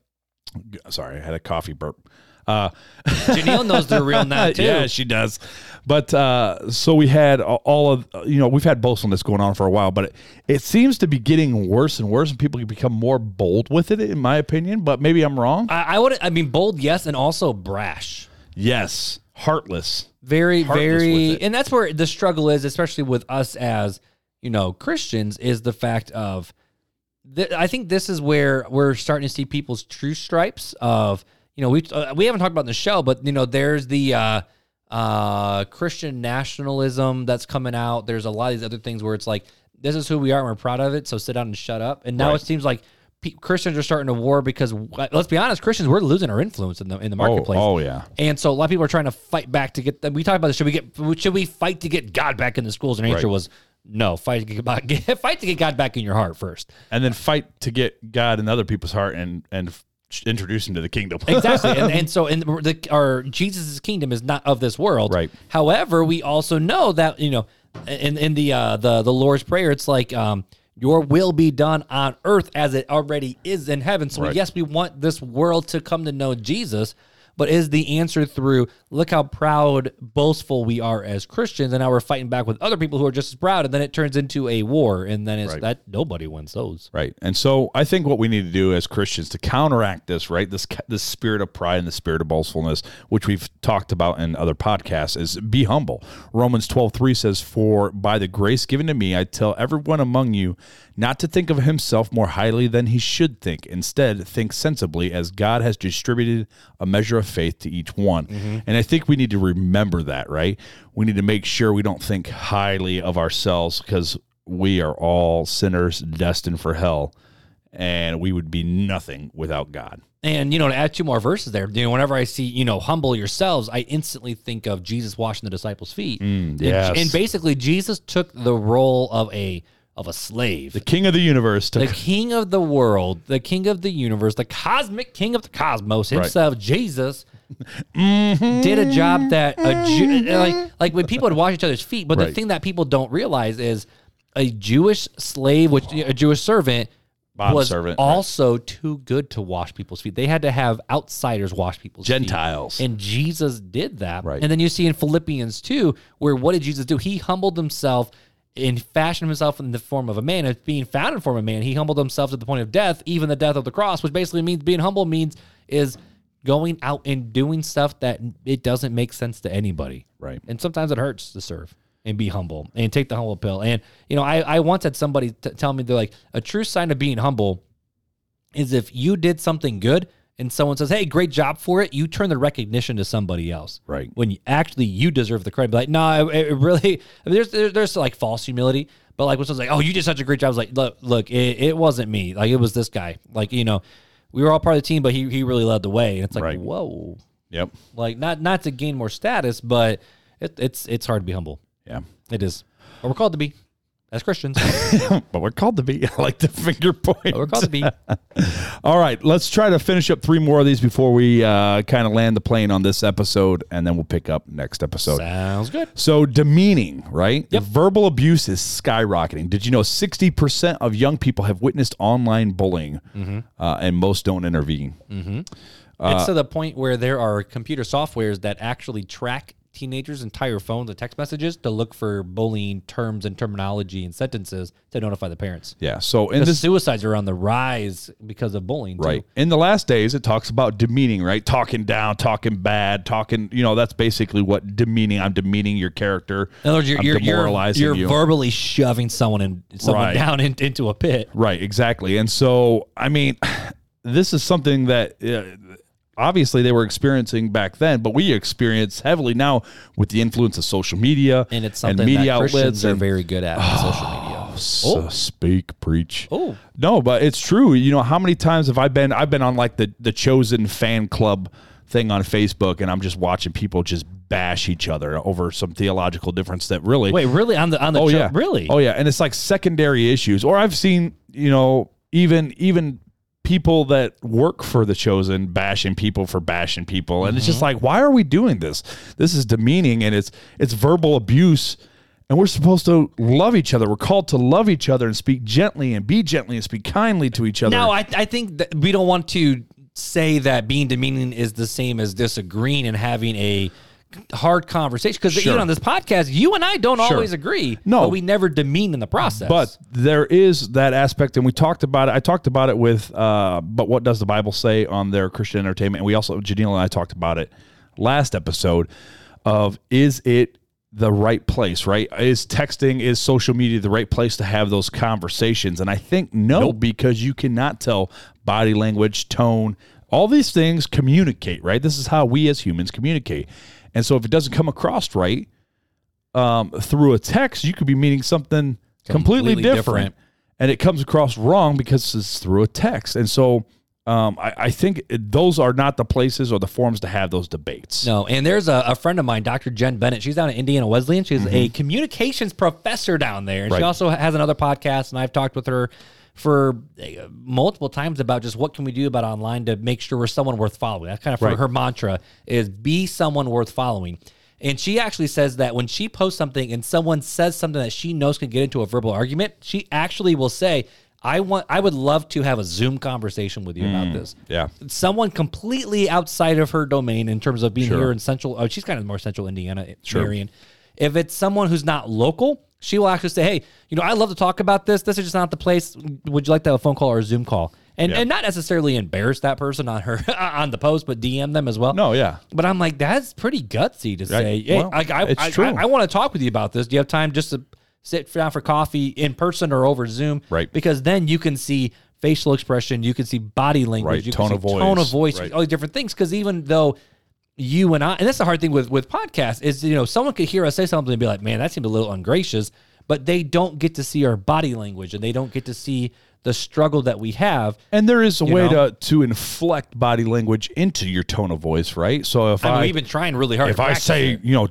Speaker 2: Sorry, I had a coffee burp. Uh,
Speaker 1: Janelle knows the real now too.
Speaker 2: yeah, she does. But uh, so we had a- all of, you know, we've had boastfulness going on for a while, but it, it seems to be getting worse and worse, and people become more bold with it, in my opinion. But maybe I'm wrong.
Speaker 1: I, I would. I mean, bold, yes, and also brash.
Speaker 2: yes, heartless.
Speaker 1: Very,
Speaker 2: Heartless with
Speaker 1: very,
Speaker 2: it.
Speaker 1: and that's where the struggle is, especially with us as you know Christians, is the fact of. Th- I think this is where we're starting to see people's true stripes. Of you know, we uh, we haven't talked about it in the show, but you know, there's the. uh uh Christian nationalism that's coming out. There's a lot of these other things where it's like, this is who we are and we're proud of it. So sit down and shut up. And now it
Speaker 2: Right.
Speaker 1: seems like pe- Christians are starting to war because let's be honest, Christians we're losing our influence in the in the marketplace.
Speaker 2: oh, yeah.
Speaker 1: And so a lot of people are trying to fight back to get. We talked about this. Should we get? Should we fight to get God back in the schools? And the answer
Speaker 2: Right.
Speaker 1: was no. Fight to get, back- fight to get God back in your heart first.
Speaker 2: and then fight to get God in other people's heart and and f- introduce him to the kingdom.
Speaker 1: Exactly. and, and so, and the, our Jesus' kingdom is not of this world.
Speaker 2: Right.
Speaker 1: However, we also know that you know, in in the uh, the the Lord's prayer, it's like. um your will be done on earth as it already is in heaven. So,
Speaker 2: Right.
Speaker 1: yes, we want this world to come to know Jesus, but is the answer through look how proud, boastful we are as Christians, and now we're fighting back with other people who are just as proud, and then it turns into a war, and then it's
Speaker 2: Right.
Speaker 1: that nobody wins those.
Speaker 2: right. And so I think what we need to do as Christians to counteract this, right? This ca- this spirit of pride and the spirit of boastfulness, which we've talked about in other podcasts, is be humble. Romans 12:3 says, "For by the grace given to me, I tell everyone among you not to think of himself more highly than he should think. Instead, think sensibly as God has distributed a measure of faith to each one." And I think we need to remember that, right? We need to make sure we don't think highly of ourselves because we are all sinners destined for hell and we would be nothing without god
Speaker 1: And you know, to add two more verses there, you know, whenever I see you know, humble yourselves, I instantly think of Jesus washing the disciples' feet. And-
Speaker 2: yes.
Speaker 1: and, basically, Jesus took the role of a of a slave,
Speaker 2: the king of the universe
Speaker 1: the
Speaker 2: took
Speaker 1: king of the world, the king of the universe, the cosmic king of the cosmos himself, Jesus,
Speaker 2: Mm-hmm.
Speaker 1: did a job that a Jew, like like when people would wash each other's feet. But the
Speaker 2: Right.
Speaker 1: thing that people don't realize is a Jewish slave, which a Jewish servant.
Speaker 2: Bond
Speaker 1: was
Speaker 2: servant, right.
Speaker 1: also too good to wash people's feet. They had to have outsiders wash people's feet.
Speaker 2: gentiles
Speaker 1: And Jesus did that.
Speaker 2: Right.
Speaker 1: And then you see in Philippians 2, where what did Jesus do? He humbled himself and fashioned himself in the form of a man. As being found in form of man, he humbled himself to the point of death, even the death of the cross, which basically means being humble means is going out and doing stuff that it doesn't make sense to anybody.
Speaker 2: Right.
Speaker 1: And sometimes it hurts to serve and be humble and take the humble pill. And, you know, I, I once had somebody t- tell me they're like, a true sign of being humble is if you did something good and someone says, "Hey, great job for it," you turn the recognition to somebody else.
Speaker 2: Right.
Speaker 1: When you, actually you deserve the credit. Be like, no, nah, it, it really. I mean, there's, there's there's like false humility, but like when someone's like, "Oh, you did such a great job," I was like, "Look, look, it, it wasn't me. Like it was this guy. Like you know, we were all part of the team, but he he really led the way." And it's like,
Speaker 2: Right.
Speaker 1: whoa,
Speaker 2: Yep.
Speaker 1: like not not to gain more status, but it, it's it's hard to be humble.
Speaker 2: Yeah.
Speaker 1: It is. Or we're called to be as Christians.
Speaker 2: But we're called to be. I like the finger point.
Speaker 1: we're called to be.
Speaker 2: All right, let's try to finish up three more of these before we uh, kind of land the plane on this episode, and then we'll pick up next episode.
Speaker 1: Sounds good.
Speaker 2: So demeaning, right? Verbal abuse is skyrocketing. Did you know 60% of young people have witnessed online bullying,
Speaker 1: Mm-hmm.
Speaker 2: uh, and most don't intervene?
Speaker 1: Mm. it's
Speaker 2: Uh,
Speaker 1: to the point where there are computer softwares that actually track teenagers' entire phones and text messages to look for bullying terms and terminology and sentences to notify the parents.
Speaker 2: Yeah. So in
Speaker 1: The
Speaker 2: this,
Speaker 1: suicides are on the rise because of bullying. too.
Speaker 2: right in the last days, it talks about demeaning, right? Talking down, talking bad, talking. You know, that's basically what demeaning. I'm demeaning your character.
Speaker 1: In other words, you're,
Speaker 2: I'm
Speaker 1: you're, you're,
Speaker 2: demoralizing
Speaker 1: you're
Speaker 2: you.
Speaker 1: verbally shoving someone in, someone
Speaker 2: Right.
Speaker 1: down in, into a pit.
Speaker 2: Right, exactly. And so, I mean, this is something that uh, obviously they were experiencing back then, but we experience heavily now with the influence of social media
Speaker 1: And it's something that Christians are
Speaker 2: and-
Speaker 1: very good at on social media.
Speaker 2: so speak, preach.
Speaker 1: Oh.
Speaker 2: No, but it's true. You know, how many times have I been I've been on like the the chosen fan club thing on Facebook and I'm just watching people just bash each other over some theological difference that really
Speaker 1: Wait, really? On the on the
Speaker 2: Oh
Speaker 1: cho-
Speaker 2: yeah,
Speaker 1: really?
Speaker 2: Oh yeah, and it's like secondary issues. Or I've seen you know even even people that work for the chosen bashing people for bashing people, and it's just like why are we doing this? This is demeaning, and it's it's verbal abuse. And we're supposed to love each other. We're called to love each other and speak gently and be gently and speak kindly to each other.
Speaker 1: No, I, I think that we don't want to say that being demeaning is the same as disagreeing and having a hard conversation because even on this podcast, you and I don't always agree.
Speaker 2: No.
Speaker 1: but we never demean in the process.
Speaker 2: But there is that aspect, and we talked about it. I talked about it with, uh, but what does the Bible say on their Christian entertainment? And we also, Janelle and I talked about it last episode of is it the right place, right? Is texting, is social media the right place to have those conversations? And I think no, because you cannot tell body language, tone, all these things communicate, right? This is how we as humans communicate. And so if it doesn't come across right, um, through a text, you could be meaning something completely,
Speaker 1: Completely
Speaker 2: different,
Speaker 1: different.
Speaker 2: and it comes across wrong because it's through a text. And so, um, I, I think it- those are not the places or the forums to have those debates.
Speaker 1: no, and there's a, a friend of mine, Dr. Jen Bennett. She's down at Indiana Wesleyan. She's a communications professor down there, and she
Speaker 2: Right.
Speaker 1: also has another podcast. And I've talked with her for uh, multiple times about just what can we do about online to make sure we're someone worth following. That's kind of her- her mantra is be someone worth following. And she actually says that when she posts something and someone says something that she knows could get into a verbal argument, she actually will say, "I want, I would love to have a Zoom conversation with you about this."
Speaker 2: yeah.
Speaker 1: someone completely outside of her domain in terms of being here in central. Oh, she's kind of more central Indiana, eh, Marion. If it's someone who's not local, she will actually say, "Hey, you know, I love to talk about this. This is just not the place. Would you like to have a phone call or a Zoom call?" And and not necessarily embarrass that person on her on the post, but DM them as well.
Speaker 2: No, yeah.
Speaker 1: But I'm like, that's pretty gutsy to say. Hey,
Speaker 2: well,
Speaker 1: like I,
Speaker 2: it's
Speaker 1: I,
Speaker 2: true.
Speaker 1: I, want to talk with you about this. Do you have time just to sit down for coffee in person or over Zoom?
Speaker 2: Right.
Speaker 1: Because then you can see facial expression, you can see body language,
Speaker 2: Right,
Speaker 1: you
Speaker 2: tone
Speaker 1: can
Speaker 2: of
Speaker 1: see tone
Speaker 2: voice,
Speaker 1: of voice,
Speaker 2: right.
Speaker 1: all these different things. Because even though you and I, and that's the hard thing with with podcasts is you know someone could hear us say something and be like, man, that seemed a little ungracious, but they don't get to see our body language and they don't get to see the struggle that we have.
Speaker 2: And there is a way
Speaker 1: know?
Speaker 2: to to inflect body language into your tone of voice, right? So if
Speaker 1: I
Speaker 2: I,
Speaker 1: mean, we've been trying really hard.
Speaker 2: if
Speaker 1: to
Speaker 2: I
Speaker 1: practice
Speaker 2: say,
Speaker 1: it.
Speaker 2: you know,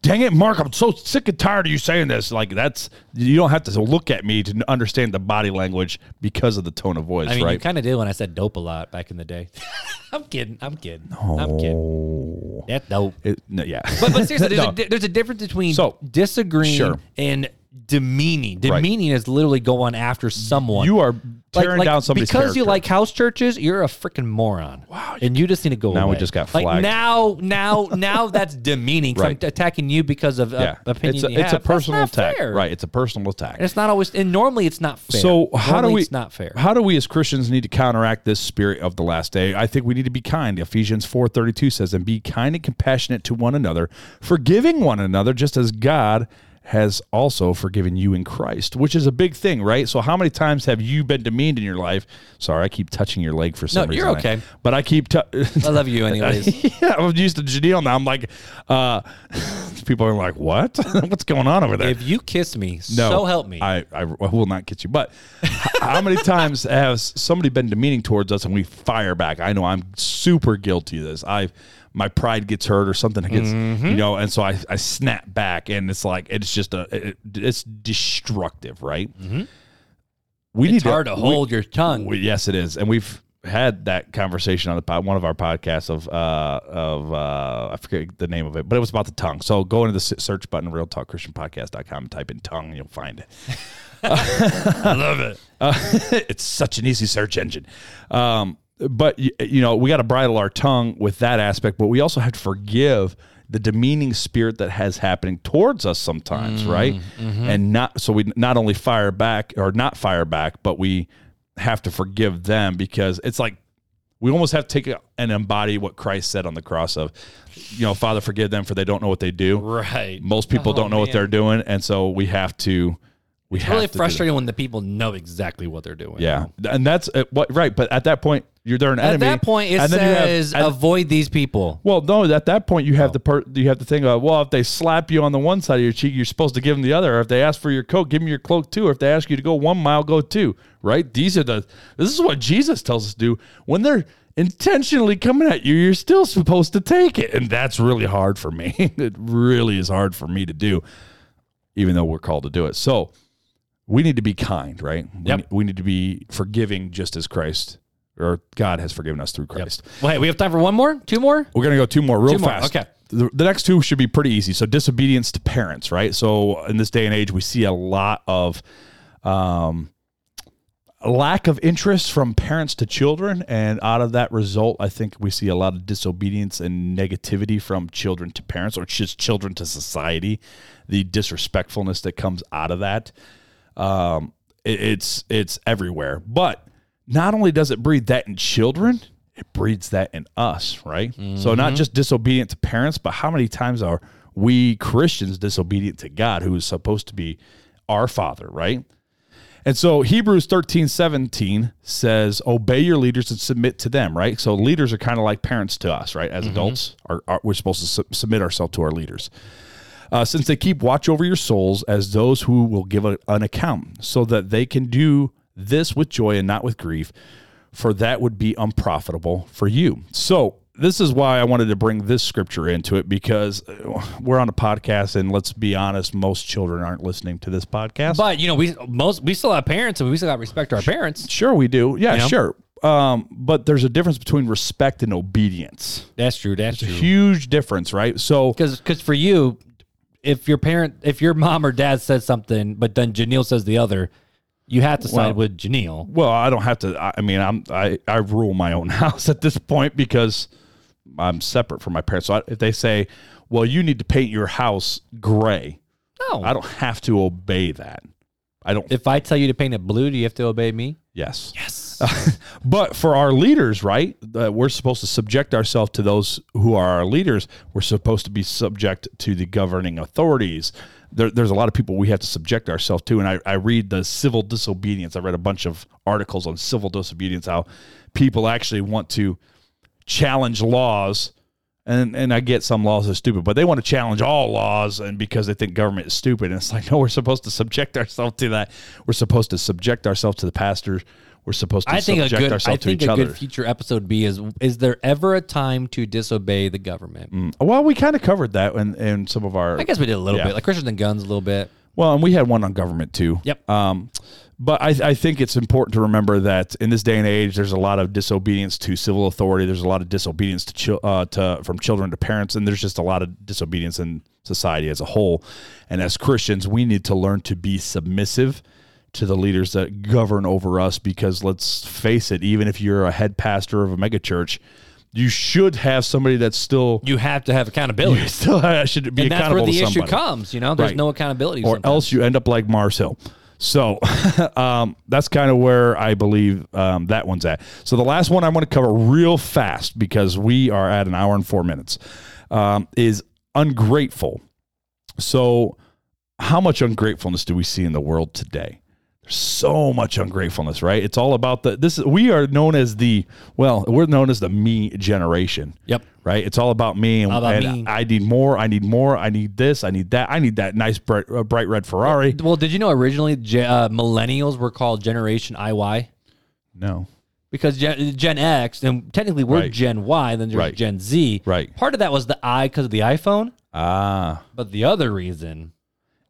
Speaker 2: dang it, Mark, I'm so sick and tired of you saying this. Like that's you don't have to look at me to understand the body language because of the tone of voice,
Speaker 1: I mean,
Speaker 2: right?
Speaker 1: you kind of did when I said dope a lot back in the day. I'm kidding. I'm kidding. I'm kidding.
Speaker 2: Oh.
Speaker 1: That's dope.
Speaker 2: It- no, yeah.
Speaker 1: But, but seriously, there's,
Speaker 2: No.
Speaker 1: a, di- there's a difference between
Speaker 2: So,
Speaker 1: disagreeing
Speaker 2: sure.
Speaker 1: and demeaning. Demeaning is literally going after someone.
Speaker 2: you are
Speaker 1: Like-
Speaker 2: tearing
Speaker 1: like,
Speaker 2: down somebody's
Speaker 1: because you
Speaker 2: character.
Speaker 1: like house churches. You're a freaking moron. Wow! And you just need to go.
Speaker 2: Now we
Speaker 1: away.
Speaker 2: just got
Speaker 1: like
Speaker 2: flagged.
Speaker 1: now, now, now that's demeaning. 'cause
Speaker 2: Right.
Speaker 1: I'm attacking you because of uh,
Speaker 2: yeah.
Speaker 1: opinion.
Speaker 2: it's a,
Speaker 1: you
Speaker 2: it's a
Speaker 1: have. That's
Speaker 2: personal
Speaker 1: not
Speaker 2: attack,
Speaker 1: fair.
Speaker 2: right? It's a personal attack.
Speaker 1: And it's not always. And normally, it's not fair.
Speaker 2: So how do
Speaker 1: Normally
Speaker 2: we?
Speaker 1: It's not fair.
Speaker 2: How do we as Christians need to counteract this spirit of the last day? I think we need to be kind. Ephesians four thirty two says, "And be kind and compassionate to one another, forgiving one another, just as God has also forgiven you in Christ, which is a big thing, right? So, how many times have you been demeaned in your life? Sorry, I keep touching your leg for some
Speaker 1: No,
Speaker 2: reason.
Speaker 1: you're
Speaker 2: I-
Speaker 1: okay.
Speaker 2: but I keep. T-
Speaker 1: I love you anyways.
Speaker 2: yeah, I'm used to Janelle now. I'm like, uh, people are like, what? What's going on over there?
Speaker 1: if you kiss me,
Speaker 2: No,
Speaker 1: so help me.
Speaker 2: I, I will not get you. But h- how many times has somebody been demeaning towards us and we fire back? I know I'm super guilty of this. I my pride gets hurt or something gets
Speaker 1: Mm-hmm.
Speaker 2: you know, and so I, I snap back and it's like it's just a it, it's destructive, right? We need
Speaker 1: Mm-hmm. it's hard to
Speaker 2: we-
Speaker 1: hold your tongue.
Speaker 2: we- yes, it is, and we've had that conversation on the pod, one of our podcasts of uh, of uh, I forget the name of it, but it was about the tongue. So go into the se- search button, realtalkchristianpodcast.com, and type in tongue, and you'll find it.
Speaker 1: I love it.
Speaker 2: Uh, it's such an easy search engine. Um, but y- you know, we got to bridle our tongue with that aspect, but we also have to forgive the demeaning spirit that has happening towards us
Speaker 1: Mm,
Speaker 2: sometimes, right?
Speaker 1: mm-hmm.
Speaker 2: And not so we not only fire back or not fire back, but we have to forgive them because it's like we almost have to take and embody what Christ said on the cross of, you know, Father, forgive them for they don't know what they do.
Speaker 1: Right. Oh,
Speaker 2: Most people don't know what
Speaker 1: man.
Speaker 2: they're doing, and so we have to. We have
Speaker 1: really
Speaker 2: to do that.
Speaker 1: frustrating when the people know exactly what they're doing.
Speaker 2: Yeah, and that's uh, what right. But at that point, you're they're an
Speaker 1: At
Speaker 2: enemy.
Speaker 1: that point, it
Speaker 2: and then you have-
Speaker 1: says
Speaker 2: and-
Speaker 1: avoid these people.
Speaker 2: well, no. At that point, you have the per, you have to think about. Well, if they slap you on the one side of your cheek, you're supposed to give them the other. Or if they ask for your coat, give them your cloak too. Or if they ask you to go one mile, go two. Right? These are the. This is what Jesus tells us to do when they're intentionally coming at you. You're still supposed to take it, and that's really hard for me. it really is hard for me to do, even though we're called to do it. So we need to be kind, right? We,
Speaker 1: Yep.
Speaker 2: ne- we need to be forgiving just as Christ or God has forgiven us through Christ.
Speaker 1: Wait, we have time for one more? Two more?
Speaker 2: We're going to go two more real
Speaker 1: Two more,
Speaker 2: fast.
Speaker 1: okay.
Speaker 2: The, the next two should be pretty easy. So disobedience to parents, right? So in this day and age, we see a lot of um, lack of interest from parents to children, and out of that result, I think we see a lot of disobedience and negativity from children to parents, or just children to society. The disrespectfulness that comes out of that, um, it- it's it's everywhere. But not only does it breed that in children, it breeds that in us, right? So not just disobedient to parents, but how many times are we Christians disobedient to God, who is supposed to be our Father, right? And so Hebrews 13, 17 says, obey your leaders and submit to them, right? So leaders are kind of like parents to us, right? As adults, are, are, we're supposed to su- submit ourselves to our leaders. Uh, since they keep watch over your souls as those who will give a- an account, so that they can do this with joy and not with grief, for that would be unprofitable for you. So, this is why I wanted to bring this scripture into it because uh, we're on a podcast, and let's be honest, most children aren't listening to this podcast.
Speaker 1: But you know, we most we still have parents and we still got to respect our parents.
Speaker 2: Sure, we do. Yeah,
Speaker 1: Yeah.
Speaker 2: sure. Um, but there's a difference between respect and obedience.
Speaker 1: That's true, that's true.
Speaker 2: Huge difference, right? So
Speaker 1: Because for you, if your parent if your mom or dad says something, but then Janelle says the other, you have to side with Janelle.
Speaker 2: Well, I don't have to. I, I mean, I'm I, I rule my own house at this point because I'm separate from my parents. So I, if they say, "Well, you need to paint your house gray,"
Speaker 1: No.
Speaker 2: I don't have to obey that. I don't.
Speaker 1: if I tell you to paint it blue, do you have to obey me?
Speaker 2: yes.
Speaker 1: Yes.
Speaker 2: But for our leaders, right? That we're supposed to subject ourselves to those who are our leaders. We're supposed to be subject to the governing authorities. There, there's a lot of people we have to subject ourselves to. And I, I read the civil disobedience. I read a bunch of articles on civil disobedience, how people actually want to challenge laws. And, and I get some laws are stupid, but they want to challenge all laws and because they think government is stupid. And it's like, no, we're supposed to subject ourselves to that. We're supposed to subject ourselves to the pastors. We're supposed to
Speaker 1: I think a
Speaker 2: subject
Speaker 1: good I
Speaker 2: ourselves to
Speaker 1: think
Speaker 2: each
Speaker 1: a
Speaker 2: other.
Speaker 1: good future episode B is is there ever a time to disobey the government?
Speaker 2: Well, we kind of covered that in, in some of our.
Speaker 1: I guess we did a little
Speaker 2: Yeah.
Speaker 1: bit, like Christians and Guns, a little bit.
Speaker 2: Well, and we had one on government too.
Speaker 1: Yep.
Speaker 2: Um, but I, I think it's important to remember that in this day and age, there's a lot of disobedience to civil authority. There's a lot of disobedience to, chil- uh, to from children to parents, and there's just a lot of disobedience in society as a whole. And as Christians, we need to learn to be submissive to the leaders that govern over us. Because let's face it, even if you're a head pastor of a megachurch, you should have somebody that's still.
Speaker 1: You have to have accountability.
Speaker 2: You still uh, should be
Speaker 1: and that's where
Speaker 2: accountable
Speaker 1: the
Speaker 2: to
Speaker 1: issue
Speaker 2: somebody
Speaker 1: comes. You know, there's
Speaker 2: Right.
Speaker 1: no accountability.
Speaker 2: or
Speaker 1: sometimes.
Speaker 2: else you end up like Mars Hill. So um, that's kind of where I believe um, that one's at. So the last one I want to cover real fast because we are at an hour and four minutes um, is ungrateful. So how much ungratefulness do we see in the world today? There's so much ungratefulness, right? It's all about the this. We are known as the well, we're known as the me generation.
Speaker 1: Yep.
Speaker 2: Right. It's all about me, and,
Speaker 1: All about
Speaker 2: and
Speaker 1: me.
Speaker 2: I need more. I need more. I need this. I need that. I need that nice bright, uh, bright red Ferrari.
Speaker 1: Well, did you know originally ge- uh, millennials were called Generation IY?
Speaker 2: No.
Speaker 1: because Gen, Gen X, and technically we're
Speaker 2: Right.
Speaker 1: Gen Y, then there's
Speaker 2: Right.
Speaker 1: Gen Z.
Speaker 2: Right.
Speaker 1: Part of that was the I because of the iPhone,
Speaker 2: Ah.
Speaker 1: but the other reason,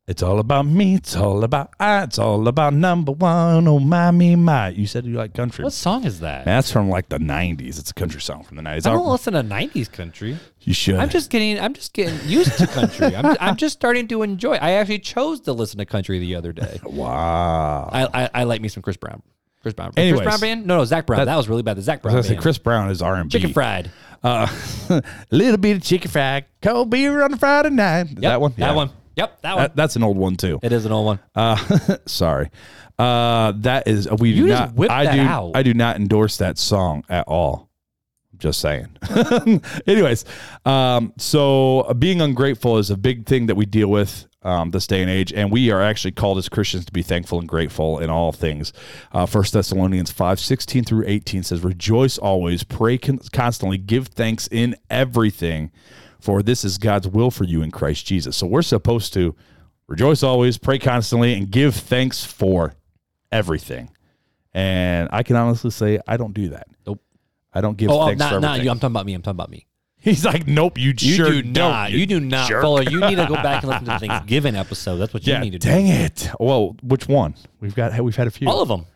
Speaker 2: It's all about me. It's all about I. It's all about number one. Oh my, me, my. You said you like country.
Speaker 1: what song is that?
Speaker 2: Man, that's from like the '90s. It's a country song from the '90s.
Speaker 1: I
Speaker 2: I
Speaker 1: don't
Speaker 2: don't-
Speaker 1: listen to '90s country.
Speaker 2: you should.
Speaker 1: I'm just getting, I'm just getting used to country. I'm, I'm just starting to enjoy. I actually chose to listen to country the other day.
Speaker 2: wow.
Speaker 1: I, I, I like me some Chris Brown. Chris Brown.
Speaker 2: Anyways.
Speaker 1: Chris Brown band? No, no, Zach Brown. That, was really bad. The Zach Brown
Speaker 2: I say
Speaker 1: band.
Speaker 2: Chris Brown is R and B.
Speaker 1: Oh, Chicken fried.
Speaker 2: Uh, little bit of chicken fried, cold beer on a Friday night. Is
Speaker 1: Yep,
Speaker 2: that one. Yeah.
Speaker 1: That one. Yep. That one.
Speaker 2: That- that's an old one too.
Speaker 1: it is an old one.
Speaker 2: Uh, sorry. Uh, that is we do
Speaker 1: You just
Speaker 2: not.
Speaker 1: whipped
Speaker 2: I
Speaker 1: that
Speaker 2: do.
Speaker 1: out.
Speaker 2: I do not endorse that song at all. Just saying. Anyways, um, so uh, being ungrateful is a big thing that we deal with um, this day and age, and we are actually called as Christians to be thankful and grateful in all things. Uh, First Thessalonians five sixteen through eighteen says, "Rejoice always, pray con- constantly, give thanks in everything, for this is God's will for you in Christ Jesus." So we're supposed to rejoice always, pray constantly, and give thanks for everything. And I can honestly say I don't do that.
Speaker 1: Nope.
Speaker 2: I don't give
Speaker 1: Oh, oh,
Speaker 2: thanks for
Speaker 1: not,
Speaker 2: everything.
Speaker 1: not you. I'm talking about me. I'm talking about me.
Speaker 2: He's like, nope, you,
Speaker 1: You
Speaker 2: sure
Speaker 1: do
Speaker 2: don't,
Speaker 1: not. You, do not,
Speaker 2: jerk."
Speaker 1: Fuller. You need to go back and listen to the Thanksgiving episode. That's what you
Speaker 2: Yeah,
Speaker 1: need to do.
Speaker 2: dang it. Well, which one? We've got we've had a few.
Speaker 1: All of them.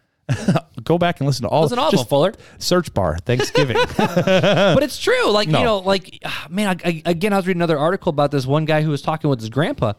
Speaker 2: Go back and listen to all.
Speaker 1: Listen to all of
Speaker 2: just
Speaker 1: them, Fuller.
Speaker 2: Search bar Thanksgiving.
Speaker 1: But it's true. Like
Speaker 2: No.
Speaker 1: you know, like ah, man. I, I, again, I was reading another article about this one guy who was talking with his grandpa,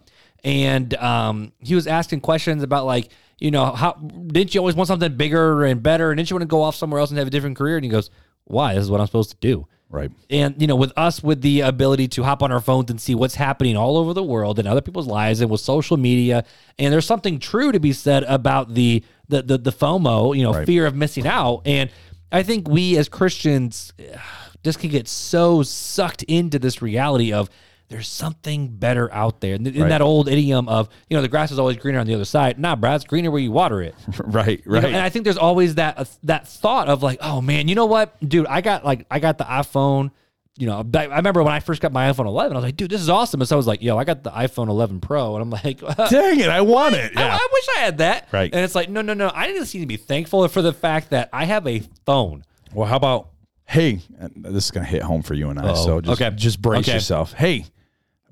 Speaker 1: and um, he was asking questions about like you know how didn't you always want something bigger and better, and didn't you want to go off somewhere else and have a different career? And he goes, "Why? This is what I'm supposed to do."
Speaker 2: right.
Speaker 1: and you know with us with the ability to hop on our phones and see what's happening all over the world and other people's lives and with social media and there's something true to be said about the the the, the fomo you know fear of missing out and i think we as christians ugh, just can get so sucked into this reality of there's something better out there. And th- in that old idiom of, you know, the grass is always greener on the other side. Nah, Brad, it's greener where you water it.
Speaker 2: Right.
Speaker 1: You know,
Speaker 2: Right.
Speaker 1: and I think there's always that uh, that thought of like, oh man, you know what, dude? I got like I got the iPhone. You know, I I remember when I first got my iPhone 11, I was like, dude, this is awesome. And so I was like, yo, I got the iPhone 11 Pro, and I'm like,
Speaker 2: dang it. I want it.
Speaker 1: I,
Speaker 2: Yeah.
Speaker 1: I wish I had that.
Speaker 2: Right.
Speaker 1: And it's like, no, no, no. I just need to be thankful for the fact that I have a phone.
Speaker 2: Well, how about hey? and This is gonna hit home for you and I. So just,
Speaker 1: Oh, Okay.
Speaker 2: just brace
Speaker 1: Okay.
Speaker 2: yourself. Hey,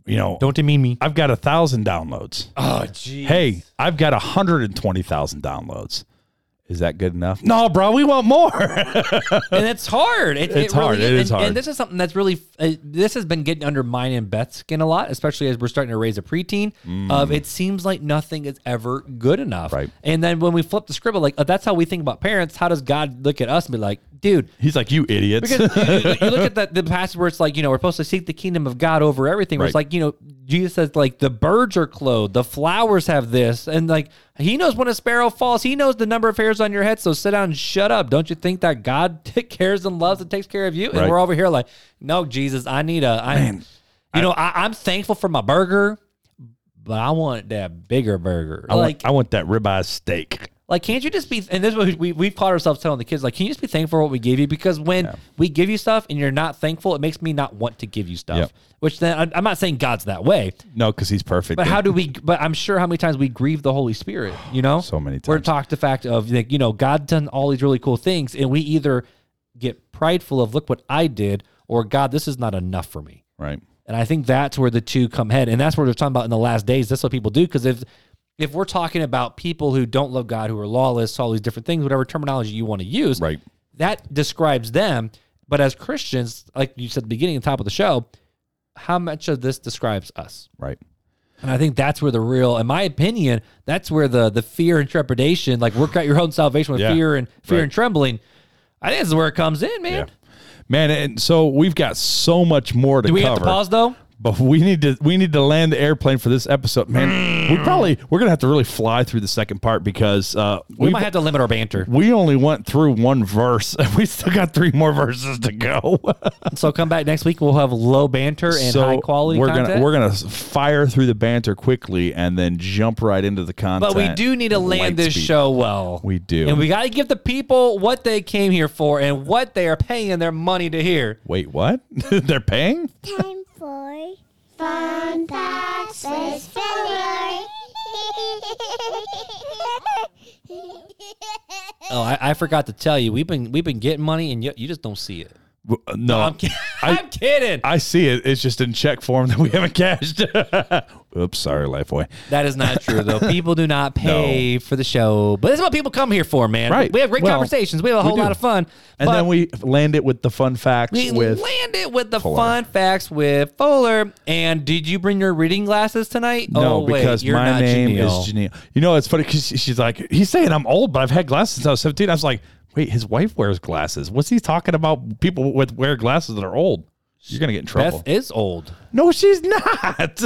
Speaker 2: you know,
Speaker 1: Don't demean me.
Speaker 2: I've got a thousand downloads.
Speaker 1: Oh, geez.
Speaker 2: Hey, I've got 120,000 downloads. Is that good enough? No, bro, we want more.
Speaker 1: and it's hard. It,
Speaker 2: It's
Speaker 1: it really
Speaker 2: hard. It
Speaker 1: and,
Speaker 2: is hard.
Speaker 1: And this is something that's really uh, this has been getting under mine and Beth's skin a lot, especially as we're starting to raise a preteen. Of it seems like nothing is ever good enough.
Speaker 2: Mm. Right.
Speaker 1: And then when we flip the script, like uh, that's how we think about parents. How does God look at us and be like, dude?
Speaker 2: He's like, you idiots.
Speaker 1: Because you, you- you look at the, the passage where it's like, you know, we're supposed to seek the kingdom of God over everything. Where It's
Speaker 2: Right.
Speaker 1: like, you know, Jesus says, like, the birds are clothed, the flowers have this. And, like, he knows when a sparrow falls, he knows the number of hairs on your head. So sit down and shut up. Don't you think that God cares and loves and takes care of you? And
Speaker 2: Right.
Speaker 1: we're over here like, no, Jesus, I need a. I,
Speaker 2: Man,
Speaker 1: you know, I, I'm thankful for my burger, but I want that bigger burger.
Speaker 2: I,
Speaker 1: like,
Speaker 2: want, I want that ribeye steak.
Speaker 1: like, can't you just be? And this is what we we've caught ourselves telling the kids, like, can you just be thankful for what we gave you? Because when we give you stuff and you're not thankful, it makes me not want to give you stuff.
Speaker 2: Yep.
Speaker 1: Which then I'm- I'm not saying God's that way,
Speaker 2: No, because he's perfect.
Speaker 1: but how do we? But I'm sure how many times we grieve the Holy Spirit. You know,
Speaker 2: So many
Speaker 1: We're
Speaker 2: times.
Speaker 1: talked the fact of like you know God done all these really cool things, and we either get prideful of look what I did, or God, this is not enough for me.
Speaker 2: right.
Speaker 1: And I think that's where the two come head. And that's what we're talking about in the last days. That's what people do. Because if if we're talking about people who don't love God, who are lawless, all these different things, whatever terminology you want to use,
Speaker 2: Right.
Speaker 1: that describes them. But as Christians, like you said at the beginning and top of the show, how much of this describes us?
Speaker 2: Right.
Speaker 1: And I think that's where the real, in my opinion, that's where the the fear and trepidation, like work out your own salvation with
Speaker 2: Yeah.
Speaker 1: fear and fear
Speaker 2: Right.
Speaker 1: and trembling. I think this is where it comes in, man.
Speaker 2: Yeah. Man, and so we've got so much more to
Speaker 1: Do we
Speaker 2: cover.
Speaker 1: have to pause though?
Speaker 2: But we need to we need to land the airplane for this episode, man. We probably we're gonna have to really fly through the second part because uh,
Speaker 1: We
Speaker 2: we
Speaker 1: might have to limit our banter.
Speaker 2: we only went through one verse and we still got three more verses to go.
Speaker 1: So come back next week. We'll have low banter and high quality
Speaker 2: we're
Speaker 1: content.
Speaker 2: gonna we're gonna fire through the banter quickly and then jump right into the content.
Speaker 1: but we do need to land this
Speaker 2: Lightspeed.
Speaker 1: show well.
Speaker 2: We do.
Speaker 1: And we got to give the people what they came here for and what they are paying their money to hear.
Speaker 2: Wait, what? They're paying?
Speaker 3: time for fun facts with
Speaker 1: Oh, I, I forgot to tell you. We've been we've been getting money and you, you just don't see it.
Speaker 2: W- uh, No,
Speaker 1: I'm, kid- I'm kidding.
Speaker 2: I see it. It's just in check form that we haven't cashed. Oops, sorry, Lifeway.
Speaker 1: that is not true though. People do not pay for the show, but this is what people come here for, man.
Speaker 2: Right.
Speaker 1: We have great
Speaker 2: Well,
Speaker 1: conversations. We have a whole
Speaker 2: do.
Speaker 1: lot of fun.
Speaker 2: And
Speaker 1: but
Speaker 2: then we land it with the fun facts
Speaker 1: we
Speaker 2: with
Speaker 1: land it with the
Speaker 2: Fuller.
Speaker 1: fun facts with Fuller. And did you bring your reading glasses tonight?
Speaker 2: No,
Speaker 1: oh, wait,
Speaker 2: because
Speaker 1: you're
Speaker 2: my
Speaker 1: not
Speaker 2: name
Speaker 1: Janelle.
Speaker 2: is Janelle. You know, it's funny because she's like, he's saying I'm old, but I've had glasses since I was 17. I was like, wait, his wife wears glasses. What's he talking about? People with wear glasses that are old. You're gonna get in trouble.
Speaker 1: Beth is old.
Speaker 2: no, she's not.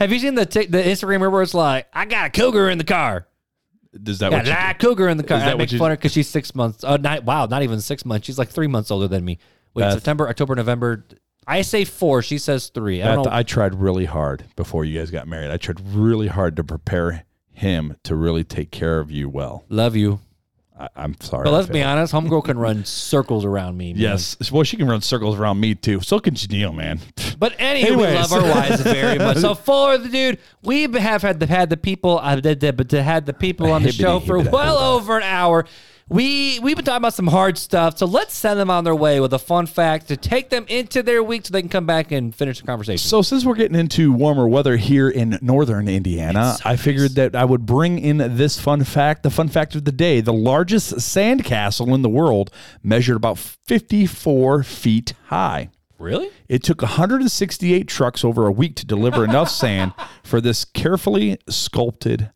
Speaker 1: Have you seen the tic- the Instagram where it's like, I got a cougar in the car.
Speaker 2: Is that
Speaker 1: Got
Speaker 2: what?
Speaker 1: a
Speaker 2: you-
Speaker 1: live cougar in the car.
Speaker 2: Is
Speaker 1: And I
Speaker 2: that what
Speaker 1: make
Speaker 2: you-
Speaker 1: fun of because she's six months. Oh, not, wow, not even six months. She's like three months older than me. Wait,
Speaker 2: Beth.
Speaker 1: September, October, November. I say four. She says three. I
Speaker 2: Beth,
Speaker 1: don't know.
Speaker 2: I tried really hard before you guys got married. I tried really hard to prepare him to really take care of you well.
Speaker 1: Love you.
Speaker 2: I, I'm sorry.
Speaker 1: But
Speaker 2: I
Speaker 1: let's
Speaker 2: failed.
Speaker 1: be honest, homegirl can run circles around me. man.
Speaker 2: Yes. Well, she can run circles around me too. So can Janelle, man.
Speaker 1: But anyway, we
Speaker 2: Anyways.
Speaker 1: love our wives very much. So Fuller, the dude, we have had the had the people, uh, the, the, but to had the people on the
Speaker 2: Hibbity,
Speaker 1: show for
Speaker 2: hibbity,
Speaker 1: well over an hour. We we've been talking about some hard stuff, so let's send them on their way with a fun fact to take them into their week, so they can come back and finish the conversation.
Speaker 2: So since we're getting into warmer weather here in northern Indiana, I figured that I would bring in this fun fact, the fun fact of the day. The largest sandcastle in the world measured about 54 feet high.
Speaker 1: really?
Speaker 2: It took 168 trucks over a week to deliver enough sand for this carefully sculpted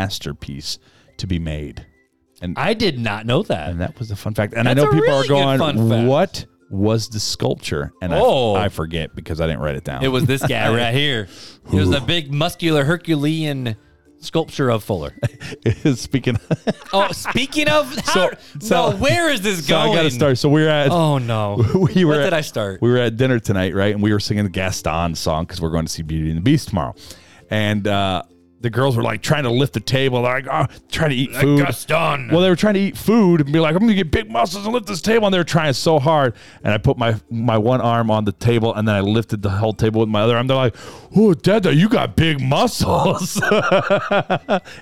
Speaker 2: masterpiece to be made.
Speaker 1: I did not know that.
Speaker 2: And that was the fun fact. And I
Speaker 1: That's
Speaker 2: know
Speaker 1: a
Speaker 2: people
Speaker 1: really
Speaker 2: are
Speaker 1: good fun
Speaker 2: going,
Speaker 1: fact.
Speaker 2: "What was the sculpture?" And
Speaker 1: Oh.
Speaker 2: I, I forget because I didn't write it down.
Speaker 1: It was this guy right here. It was a big muscular Herculean sculpture of Fuller.
Speaker 2: Speaking.
Speaker 1: Oh, speaking of, how,
Speaker 2: so-
Speaker 1: no, where is this
Speaker 2: So
Speaker 1: going?
Speaker 2: I got to start. So we were at.
Speaker 1: Oh no.
Speaker 2: We were
Speaker 1: Where
Speaker 2: at-
Speaker 1: did I start?
Speaker 2: We were at dinner tonight, right? And we were singing the Gaston song because we're going to see Beauty and the Beast tomorrow. And uh, the girls were like trying to lift the table, like oh, trying to eat food.
Speaker 1: Gaston.
Speaker 2: Well, they were trying to eat food and be like, "I'm going to get big muscles and lift this table." And they were trying so hard. And I put my my one arm on the table, and then I lifted the whole table with my other arm. They're like, "Oh, Dada, you got big muscles."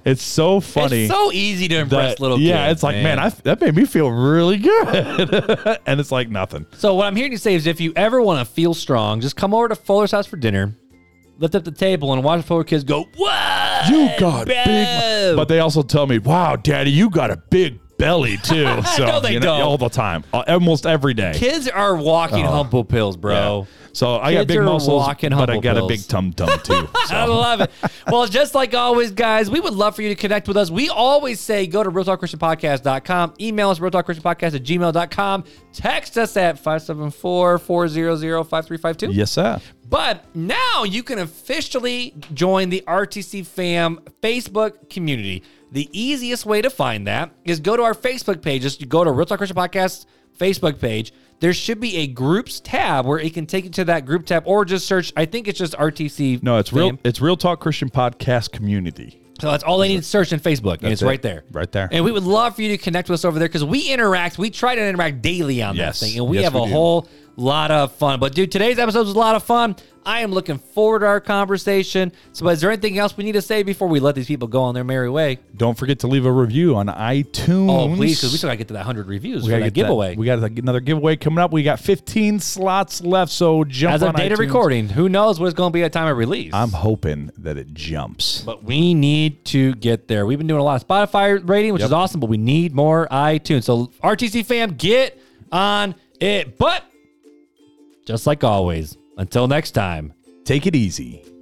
Speaker 2: it's so funny.
Speaker 1: It's so easy to impress
Speaker 2: that-
Speaker 1: little kids.
Speaker 2: yeah, it's like man, I, that made me feel really good, and it's like nothing.
Speaker 1: so what I'm hearing you say is, if you ever want to feel strong, just come over to Fuller's house for dinner, lift up the table, and watch Fuller kids go. What?
Speaker 2: You got big,
Speaker 1: bro?"
Speaker 2: mu- but they also tell me, "Wow, Daddy, you got a big belly too." So
Speaker 1: No, they
Speaker 2: you know,
Speaker 1: don't.
Speaker 2: all the time, uh, almost every day.
Speaker 1: kids are walking humble pills, bro.
Speaker 2: Oh. Yeah. So I
Speaker 1: Kids
Speaker 2: got big
Speaker 1: are
Speaker 2: muscles,
Speaker 1: walking
Speaker 2: but I
Speaker 1: humble
Speaker 2: got
Speaker 1: pills.
Speaker 2: a big tum tum too.
Speaker 1: I
Speaker 2: So.
Speaker 1: love it. Well, just like always, guys, we would love for you to connect with us. We always say go to realtalkchristianpodcast.com, email us realtalkchristianpodcast at gmail.com, text us at 574 400 5352.
Speaker 2: yes, sir.
Speaker 1: But now you can officially join the RTC Fam Facebook community. The easiest way to find that is go to our Facebook page. Just go to Real Talk Christian Podcast Facebook page. There should be a groups tab where it can take you to that group tab, or just search. I think it's just RTC.
Speaker 2: No, it's real.
Speaker 1: Fam.
Speaker 2: It's real talk Christian podcast community.
Speaker 1: So that's all they need to search in Facebook, and
Speaker 2: That's
Speaker 1: it's
Speaker 2: it.
Speaker 1: right there.
Speaker 2: Right there.
Speaker 1: And we would love for you to connect with us over there because we interact. We try to interact daily on
Speaker 2: Yes.
Speaker 1: that thing, and we
Speaker 2: Yes,
Speaker 1: have
Speaker 2: we
Speaker 1: a
Speaker 2: do.
Speaker 1: whole lot of fun. But dude, today's episode was a lot of fun. I am looking forward to our conversation. So, is there anything else we need to say before we let these people go on their merry way?
Speaker 2: Don't forget to leave a review on iTunes.
Speaker 1: Oh, please, because we still got to get to that hundred reviews
Speaker 2: We
Speaker 1: for
Speaker 2: got
Speaker 1: that giveaway.
Speaker 2: We got another giveaway coming up. We got 15 slots left, so jump
Speaker 1: As
Speaker 2: on
Speaker 1: of date of
Speaker 2: iTunes.
Speaker 1: recording, who knows what it's going to be at time of release?
Speaker 2: I'm hoping that it jumps.
Speaker 1: But we need to get there. We've been doing a lot of Spotify rating, which
Speaker 2: Yep.
Speaker 1: is awesome, but we need more iTunes. So RTC fam, get on it. But just like always, until next time.
Speaker 2: Take it easy.